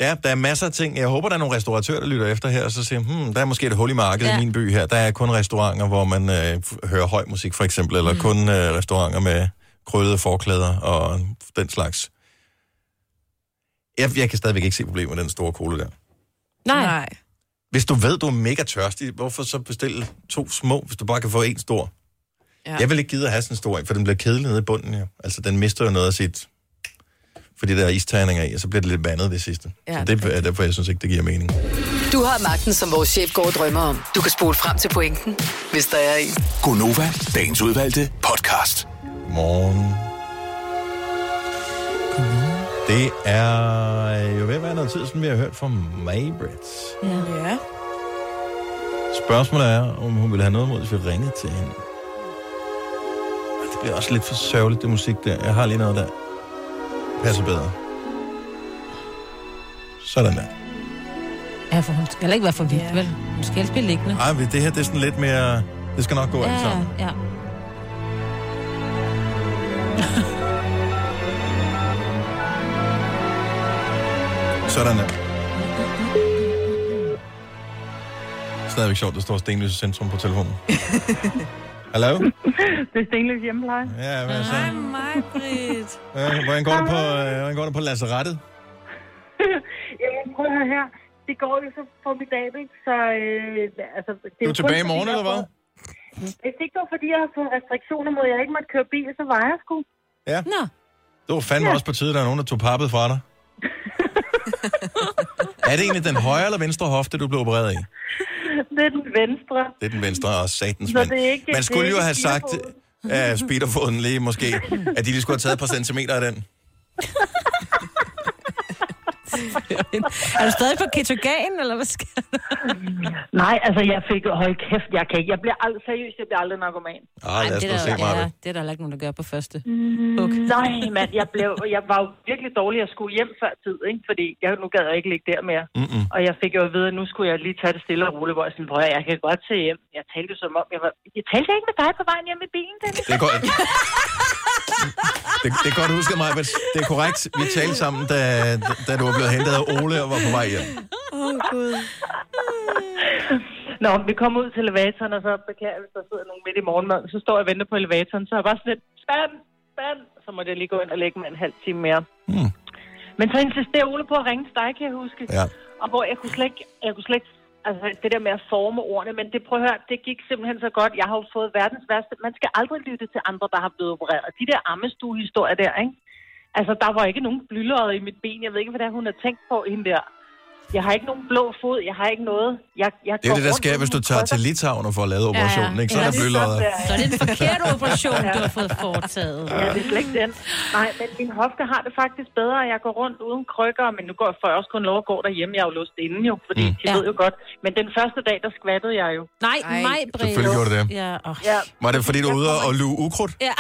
S1: Ja, der er masser af ting. Jeg håber, der er nogle restauratører, der lytter efter her, og så siger, hmm, der er måske et hul i markedet ja. i min by her. Der er kun restauranter, hvor man øh, f- hører høj musik, for eksempel, eller mm. kun øh, restauranter med krøllede forklæder og den slags. Jeg, jeg kan stadigvæk ikke se problemet med den store cola der.
S2: Nej.
S3: Nej.
S1: Hvis du ved, du er mega tørstig, hvorfor så bestille to små, hvis du bare kan få en stor? Ja. Jeg vil ikke gide at have sådan en stor en, for den bliver kedelig nede i bunden jo. Altså, den mister jo noget af sit fordi der er isterninger i, og så bliver det lidt vandet det sidste.
S8: Ja,
S1: Ja, så det er derfor, jeg synes ikke, det giver mening.
S8: Du har magten, som vores chef går og drømmer om. Du kan spole frem til pointen, hvis der er en.
S9: Gonova, dagens udvalgte podcast.
S1: Morgen. Det er jo ved at være noget tid, siden vi har hørt fra Maybrit.
S3: Ja. ja.
S1: Spørgsmålet er, om hun ville have noget imod, hvis vi ringede til hende. Det bliver også lidt for sørgeligt, det musik der. Jeg har lige noget der. Passer bedre. Sådan der.
S2: Ja, for hun skal heller ikke være for vild, ja. vel? Hun skal helst blive liggende.
S1: Ej, men det her det er sådan lidt mere... Det skal nok gå alt sammen.
S2: ja, ja.
S1: Sådan der. Stadigvæk sjovt, der står Stenløse Centrum på telefonen. Hallo?
S6: det er Stenløs hjemmepleje.
S1: Ja, hvad så?
S6: Hej
S3: mig, Britt.
S1: Øh, Hvordan går det på, øh, hvordan går det på lasserettet?
S6: Jamen, prøv at høre her. Det går jo så formidabelt, så... Øh, altså, det
S1: Du er
S6: jo
S1: tilbage i
S6: kun,
S1: morgen,
S6: fordi, jeg
S1: eller hvad?
S6: har fået- Hvis ikke det var, fordi jeg har fået restriktioner mod, at jeg ikke måtte køre bil, så var jeg sgu.
S1: Ja.
S2: Nå.
S1: Det var fandme
S6: Ja.
S1: også på tide, der er nogen, der tog pappet fra dig. er det egentlig den højre eller venstre hofte, du blev opereret i?
S6: Det er den venstre.
S1: Det er den venstre, og satans
S6: Så
S1: mand.
S6: det er ikke-
S1: Man skulle
S6: det er
S1: jo
S6: ikke
S1: have sagt,
S6: speederfoden.
S1: ja, speederfoden lige måske, at de lige skulle have taget et par centimeter af den.
S2: Er du stadig på ketogan, eller hvad skal
S6: Nej, altså, jeg fik... Hold kæft, jeg kan ikke. Jeg bliver aldrig seriøst, jeg bliver aldrig narkoman.
S1: Ej, lad os
S2: det,
S1: nu
S2: er
S1: se,
S2: der,
S1: Maja.
S2: ja, det er der heller ikke nogen, der gør på første.
S6: Okay. Mm, Nej, mand, jeg, blev, jeg var jo virkelig dårlig at skulle hjem før tid, ikke? fordi jeg, nu gad jeg ikke ligge der mere.
S1: Mm-mm.
S6: Og jeg fik jo at vide, at nu skulle jeg lige tage det stille og roligt, hvor jeg sådan, prøv at høre, jeg kan godt tage hjem. Jeg talte jo som om, jeg var... Jeg talte ikke med dig på vejen hjem i bilen, Dennis.
S1: Det er godt. Det, det er godt husket, Maja. men Det er korrekt. Vi talte sammen, da, da du var blevet hentet af Ole og var på vej hjem.
S6: Åh, oh, Gud. Nå, vi kom ud til elevatoren, og så beklager jeg, hvis der sidder nogen midt i morgenmaden. Så står jeg og venter på elevatoren, så er jeg bare sådan lidt, spam, spam. Så måtte jeg lige gå ind og lægge mig en halv time mere.
S1: Mm.
S6: Men så insisterer Ole på at ringe til dig, kan jeg huske.
S1: Ja.
S6: Og hvor jeg kunne slet ikke, jeg kunne slet ikke altså det der med at forme ordene, men det, prøv at høre, det gik simpelthen så godt. Jeg har jo fået verdens værste. Man skal aldrig lytte til andre, der har blevet opereret. De der ammestuehistorier der, ikke? Altså, der var ikke nogen blylodder i mit ben. Jeg ved ikke, hvad det er, hun har tænkt på, hende der. Jeg har ikke nogen blå fod. Jeg har ikke noget. Jeg, jeg
S1: Det er
S6: går
S1: jo det, der
S6: rundt
S1: sker,
S6: uden
S1: hvis du
S6: mine
S1: tager
S6: krykker.
S1: til Litauen og får lavet operationen, ikke? Så er der
S6: Eller
S1: blylodder.
S6: sådan der.
S2: Så er det den forkerte operation, du har fået foretaget.
S6: Ja, det er slet ikke den. Nej, men min hofte har det faktisk bedre. Jeg går rundt uden krykker, men nu går, får jeg også kun lov at gå derhjemme. Jeg er jo låst inde jo, fordi mm. de ved jo godt. Men den første dag, der skvattede jeg jo.
S2: Nej, mig, Britt.
S1: Selvfølgelig gjorde du det.
S2: Ja, oh.
S6: Ja.
S1: Var det, fordi du var ude og luge ukrudt?
S2: ja.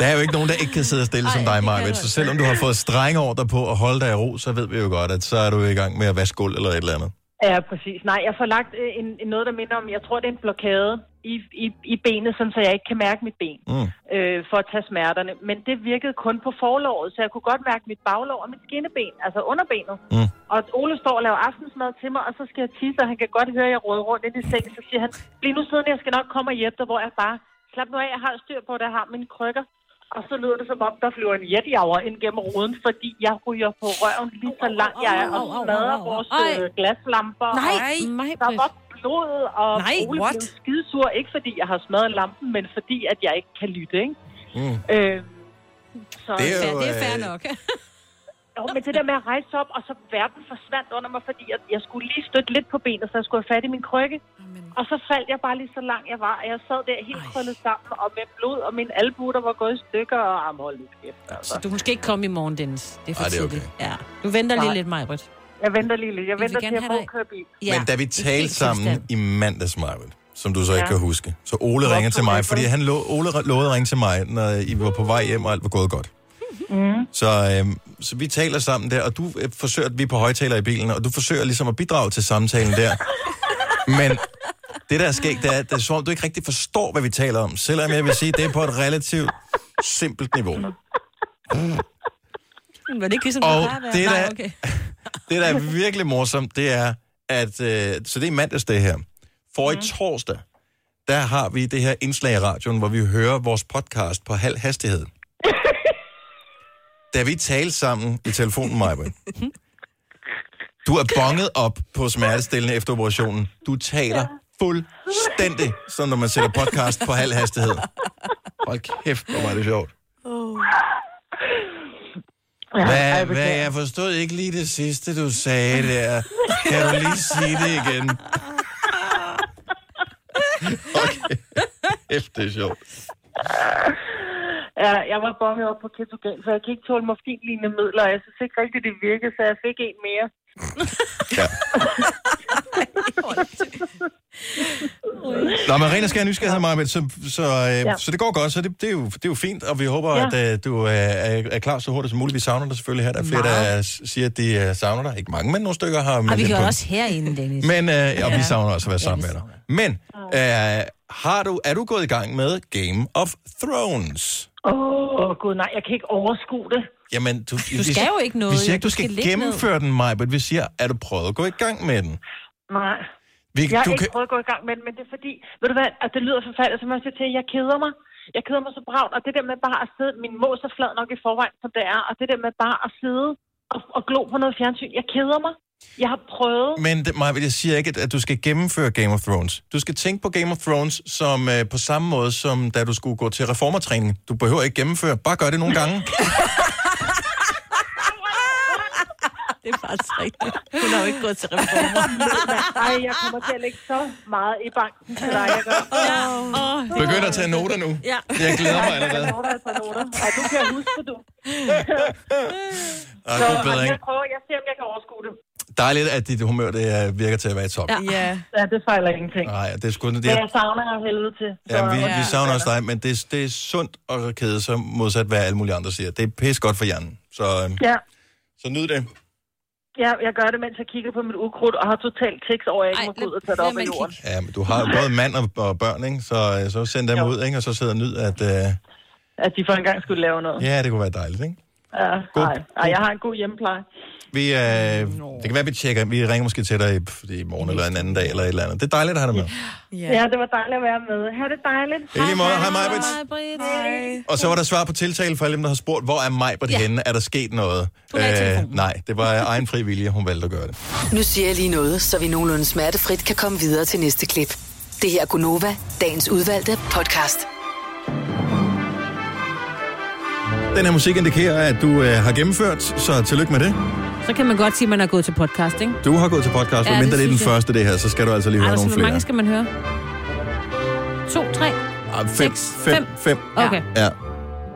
S1: Der er jo ikke nogen, der ikke kan sidde stille som dig, Marvitt. Så selvom du har fået strenge ordre på at holde dig i ro, så ved vi jo godt, at så er du i gang med at vaske gulv eller et eller andet.
S6: Ja, præcis. Nej, jeg får lagt øh, en, en noget, der minder om, jeg tror, det er en blokade i, i, i benet, sådan, så jeg ikke kan mærke mit ben
S1: Mm.
S6: øh, for at tage smerterne. Men det virkede kun på forlovet, så jeg kunne godt mærke mit baglov og mit skinneben, altså underbenet.
S1: Mm.
S6: Og Ole står og laver aftensmad til mig, og så skal jeg tisse, og han kan godt høre, at jeg råder rundt ind i sengen. Så siger han, bliv nu siddende, jeg skal nok komme og hjælpe dig, hvor jeg bare, slap nu af, jeg har styr på det, jeg har mine krykker. Og så lyder det som om, der flyver en jetjagger ind gennem ruden, fordi jeg ryger på røven lige så langt jeg er, og
S2: au, au, au,
S6: smadrer
S2: au, au.
S6: vores
S2: Ej.
S6: øh, glaslamper.
S2: Nej,
S6: og
S2: nej,
S6: der
S2: Britt.
S6: var blod, og
S2: Nej,
S6: Nej, Ole
S2: what?
S6: what? blev skidesur. Ikke fordi jeg har smadret lampen, men fordi at jeg ikke kan lytte, ikke?
S1: Mm.
S6: Øh, så,
S1: Det er jo, Det er fair øh,
S6: nok. jo, men det der med at rejse op, og så verden forsvandt under mig, fordi jeg, jeg skulle lige støtte lidt på benet, så jeg skulle have fat i min krykke. Og så faldt jeg bare lige så langt jeg var, og jeg sad der helt krøllet sammen, og med blod, og min albue, der var gået i stykker, og armhold lidt kæft. altså.
S2: Så du måske ikke komme i morgen, Dennis. Det er for
S1: Ej, det er okay.
S2: tidligt. Ja. Du venter lige
S6: Nej.
S2: lidt, Majbrit.
S6: Jeg venter lige lidt. Jeg
S2: Vi
S6: venter
S2: vil
S6: til
S2: gerne
S6: at
S2: have
S6: få
S2: dig-
S6: kørt bil.
S1: Ja, Men da vi talte sammen i mandags, Marvitt, som du så ikke
S6: Ja.
S1: kan huske, så Ole ringer til mig, fordi han lo- Ole re- lovede at ringe til mig, når I var på vej hjem, og alt var gået godt.
S6: Mm.
S1: Så, øhm, så vi taler sammen der, og du øh, forsøger, vi er på højtaler i bilen, og du forsøger ligesom at bidrage til samtalen der. Men det der er sket, det er, det er som om, du ikke rigtig forstår, hvad vi taler om, selvom jeg vil sige, det er på et relativt simpelt niveau.
S2: Var det ikke ligesom,
S1: Og
S2: det plejer at være?
S1: det er
S2: Nej,
S1: da-
S2: okay.
S1: Det, der er virkelig morsomt, det er, at... Øh, så det er mandags, det her. For i torsdag, der har vi det her indslag i radioen, hvor vi hører vores podcast på halv hastighed. da vi talte sammen i telefonen, Maja, du er bonget op på smertestillende efter operationen. Du taler fuldstændig, som når man sætter podcast på halv hastighed. Hold kæft, hvor var det sjovt.
S6: Oh.
S10: Ej,
S1: Hvad,
S10: jeg
S1: hvad,
S10: beklager.
S1: jeg forstod ikke lige det sidste, du sagde der. Kan du lige sige det igen? Okay. Kæft, det er sjovt.
S6: Ja, jeg var bonget op på ketogen, så jeg kan ikke tåle morfinlignende midler, og jeg synes ikke rigtigt, det virkede, så jeg fik en mere.
S1: Nå, men Rena skal have nysgerrighed, Marvind, så, så, øh,
S6: Ja.
S1: ja. så det går godt, så det, det, er jo, det er jo fint, og vi håber,
S6: Ja.
S1: ja. at øh, du øh, er, er klar så hurtigt som muligt. Vi savner dig selvfølgelig her. Der er flere, der øh, siger, at de øh, savner dig. Ikke mange, men nogle stykker har...
S2: Og vi
S1: meldt ind
S2: gør
S1: på-
S2: også herinde, Dennis.
S1: Men, øh, og ja.
S2: Ja.
S1: vi savner også at være sammen med dig. Men, øh, har du, er du gået i gang med Game of Thrones?
S6: Åh, oh, gud nej, jeg kan ikke overskue det.
S1: Jamen, du,
S6: Du skal jo ikke noget,
S1: Vi siger
S6: jo.
S1: ikke, du skal,
S6: Du skal
S1: skal
S6: ligge
S1: gennemføre den, Maj, men vi siger, er du prøvet at gå i gang med den?
S6: Nej.
S1: Vi,
S6: jeg har
S1: du
S6: ikke
S1: kan-
S6: prøvet at gå i gang med det, men det er fordi, ved du hvad, at det lyder forfærdeligt, som man siger til, jeg keder mig. Jeg keder mig så bravt, og det der med bare at sidde, min mås er flad nok i forvejen, som det er, og det der med bare at sidde og, og glo på noget fjernsyn, jeg keder mig. Jeg har prøvet.
S1: Men det, Maja, jeg siger ikke, at, at du skal gennemføre Game of Thrones. Du skal tænke på Game of Thrones som øh, på samme måde, som da du skulle gå til reformertræning. Du behøver ikke gennemføre. Bare gør det nogle gange.
S2: Det er faktisk rigtigt. Hun har jo ikke gået til reformer.
S6: Ej, jeg kommer til at lægge så meget i banken til dig, jeg gør. Åh, åh.
S1: Begynd at tage noter nu.
S6: Ja.
S1: Jeg glæder mig allerede.
S6: Noter, altså noter. Ej, du kan jeg huske det, du.
S1: Ej,
S6: Så
S1: god bedring.
S6: jeg prøver, jeg ser, om jeg kan overskue det.
S1: Dejligt, at dit humør det, øh, virker til at være i top.
S6: ja. ja det fejler ingenting.
S1: Nej, det er sgu... Det
S6: Men
S1: er,
S6: jeg savner af helvede til. så-
S1: ja, vi, vi savner også dig, men det, er- det er sundt at kede sig modsat, hvad alle mulige andre siger. Det er pis godt for hjernen. Så, øh,
S6: Ja,
S1: så nyd det.
S6: ja, jeg gør det, mens jeg kigger på mit ukrudt og har totalt tiks over, at jeg ikke må gå ud og tage det op af jorden.
S1: Ja, men du har jo både mand og, og børn, ikke? Så, øh, så send dem ud, ikke? Og så sidder og nyd, at... Øh,
S6: At de for en gang skulle lave noget.
S1: ja, det kunne være dejligt, ikke?
S6: Ja, nej, nej, jeg har en god hjemmepleje.
S1: Vi, øh, det kan være, vi tjekker. Vi ringer måske til dig i, pff, i morgen eller en anden dag eller et eller andet. Det er dejligt at have dig med.
S6: Ja. ja, det var dejligt at være med. Ha' det dejligt.
S1: I lige måde. Hej, Maj-Brit.
S2: Britt.
S1: Og så var der svar på tiltale for alle dem, der har spurgt, hvor er Majbert ja.
S8: Ja.
S1: henne? Er der sket noget? Øh,
S8: Hun er i telefonen.
S1: nej, det var af egen fri vilje, hun valgte at gøre det.
S8: Nu siger jeg lige noget, så vi nogenlunde smertefrit kan komme videre til næste klip. Det her er Gunova, dagens udvalgte podcast.
S1: Den her musik indikerer, at du øh, har gennemført, så tillykke med det.
S2: Så kan man godt sige, at man er gået til podcast, ikke?
S1: Du har gået til podcast, ja,
S2: Ja, det
S1: men det er
S2: synes
S1: den
S2: jeg.
S1: første det her, så skal du altså lige
S2: Ej,
S1: høre
S2: der skal-
S1: nogle
S2: hvor
S1: flere.
S2: mange skal man høre? To, tre?
S1: Ah, fem,
S2: Seks?
S1: fem, fem.
S2: Okay.
S1: Ja.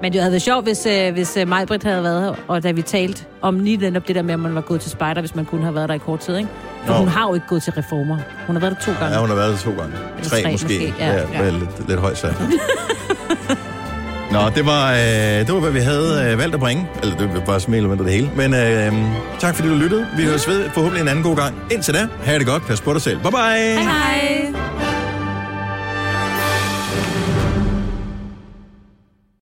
S2: Men det havde været sjovt, hvis, øh, hvis øh, Majbrit havde været her, og da vi talte om lige netop det der med, at man var gået til spejder, hvis man kun har været der i kort tid, ikke? For
S1: Jo.
S2: hun har jo ikke gået til reformer. Hun har været der to gange.
S1: Ja, hun har været der to gange.
S2: Eller
S1: Tre,
S2: tre
S1: måske.
S2: måske, ja.
S1: ja.
S2: Ja.
S1: Vel, lidt, lidt højt sat. Nå, det var, øh, det var, hvad vi havde øh, valgt at bringe. Eller det var bare smil og det hele. Men øh, tak fordi du lyttede. Vi høres ved forhåbentlig en anden god gang. Indtil da, have det godt. Pas på dig selv. Bye bye.
S2: Hej.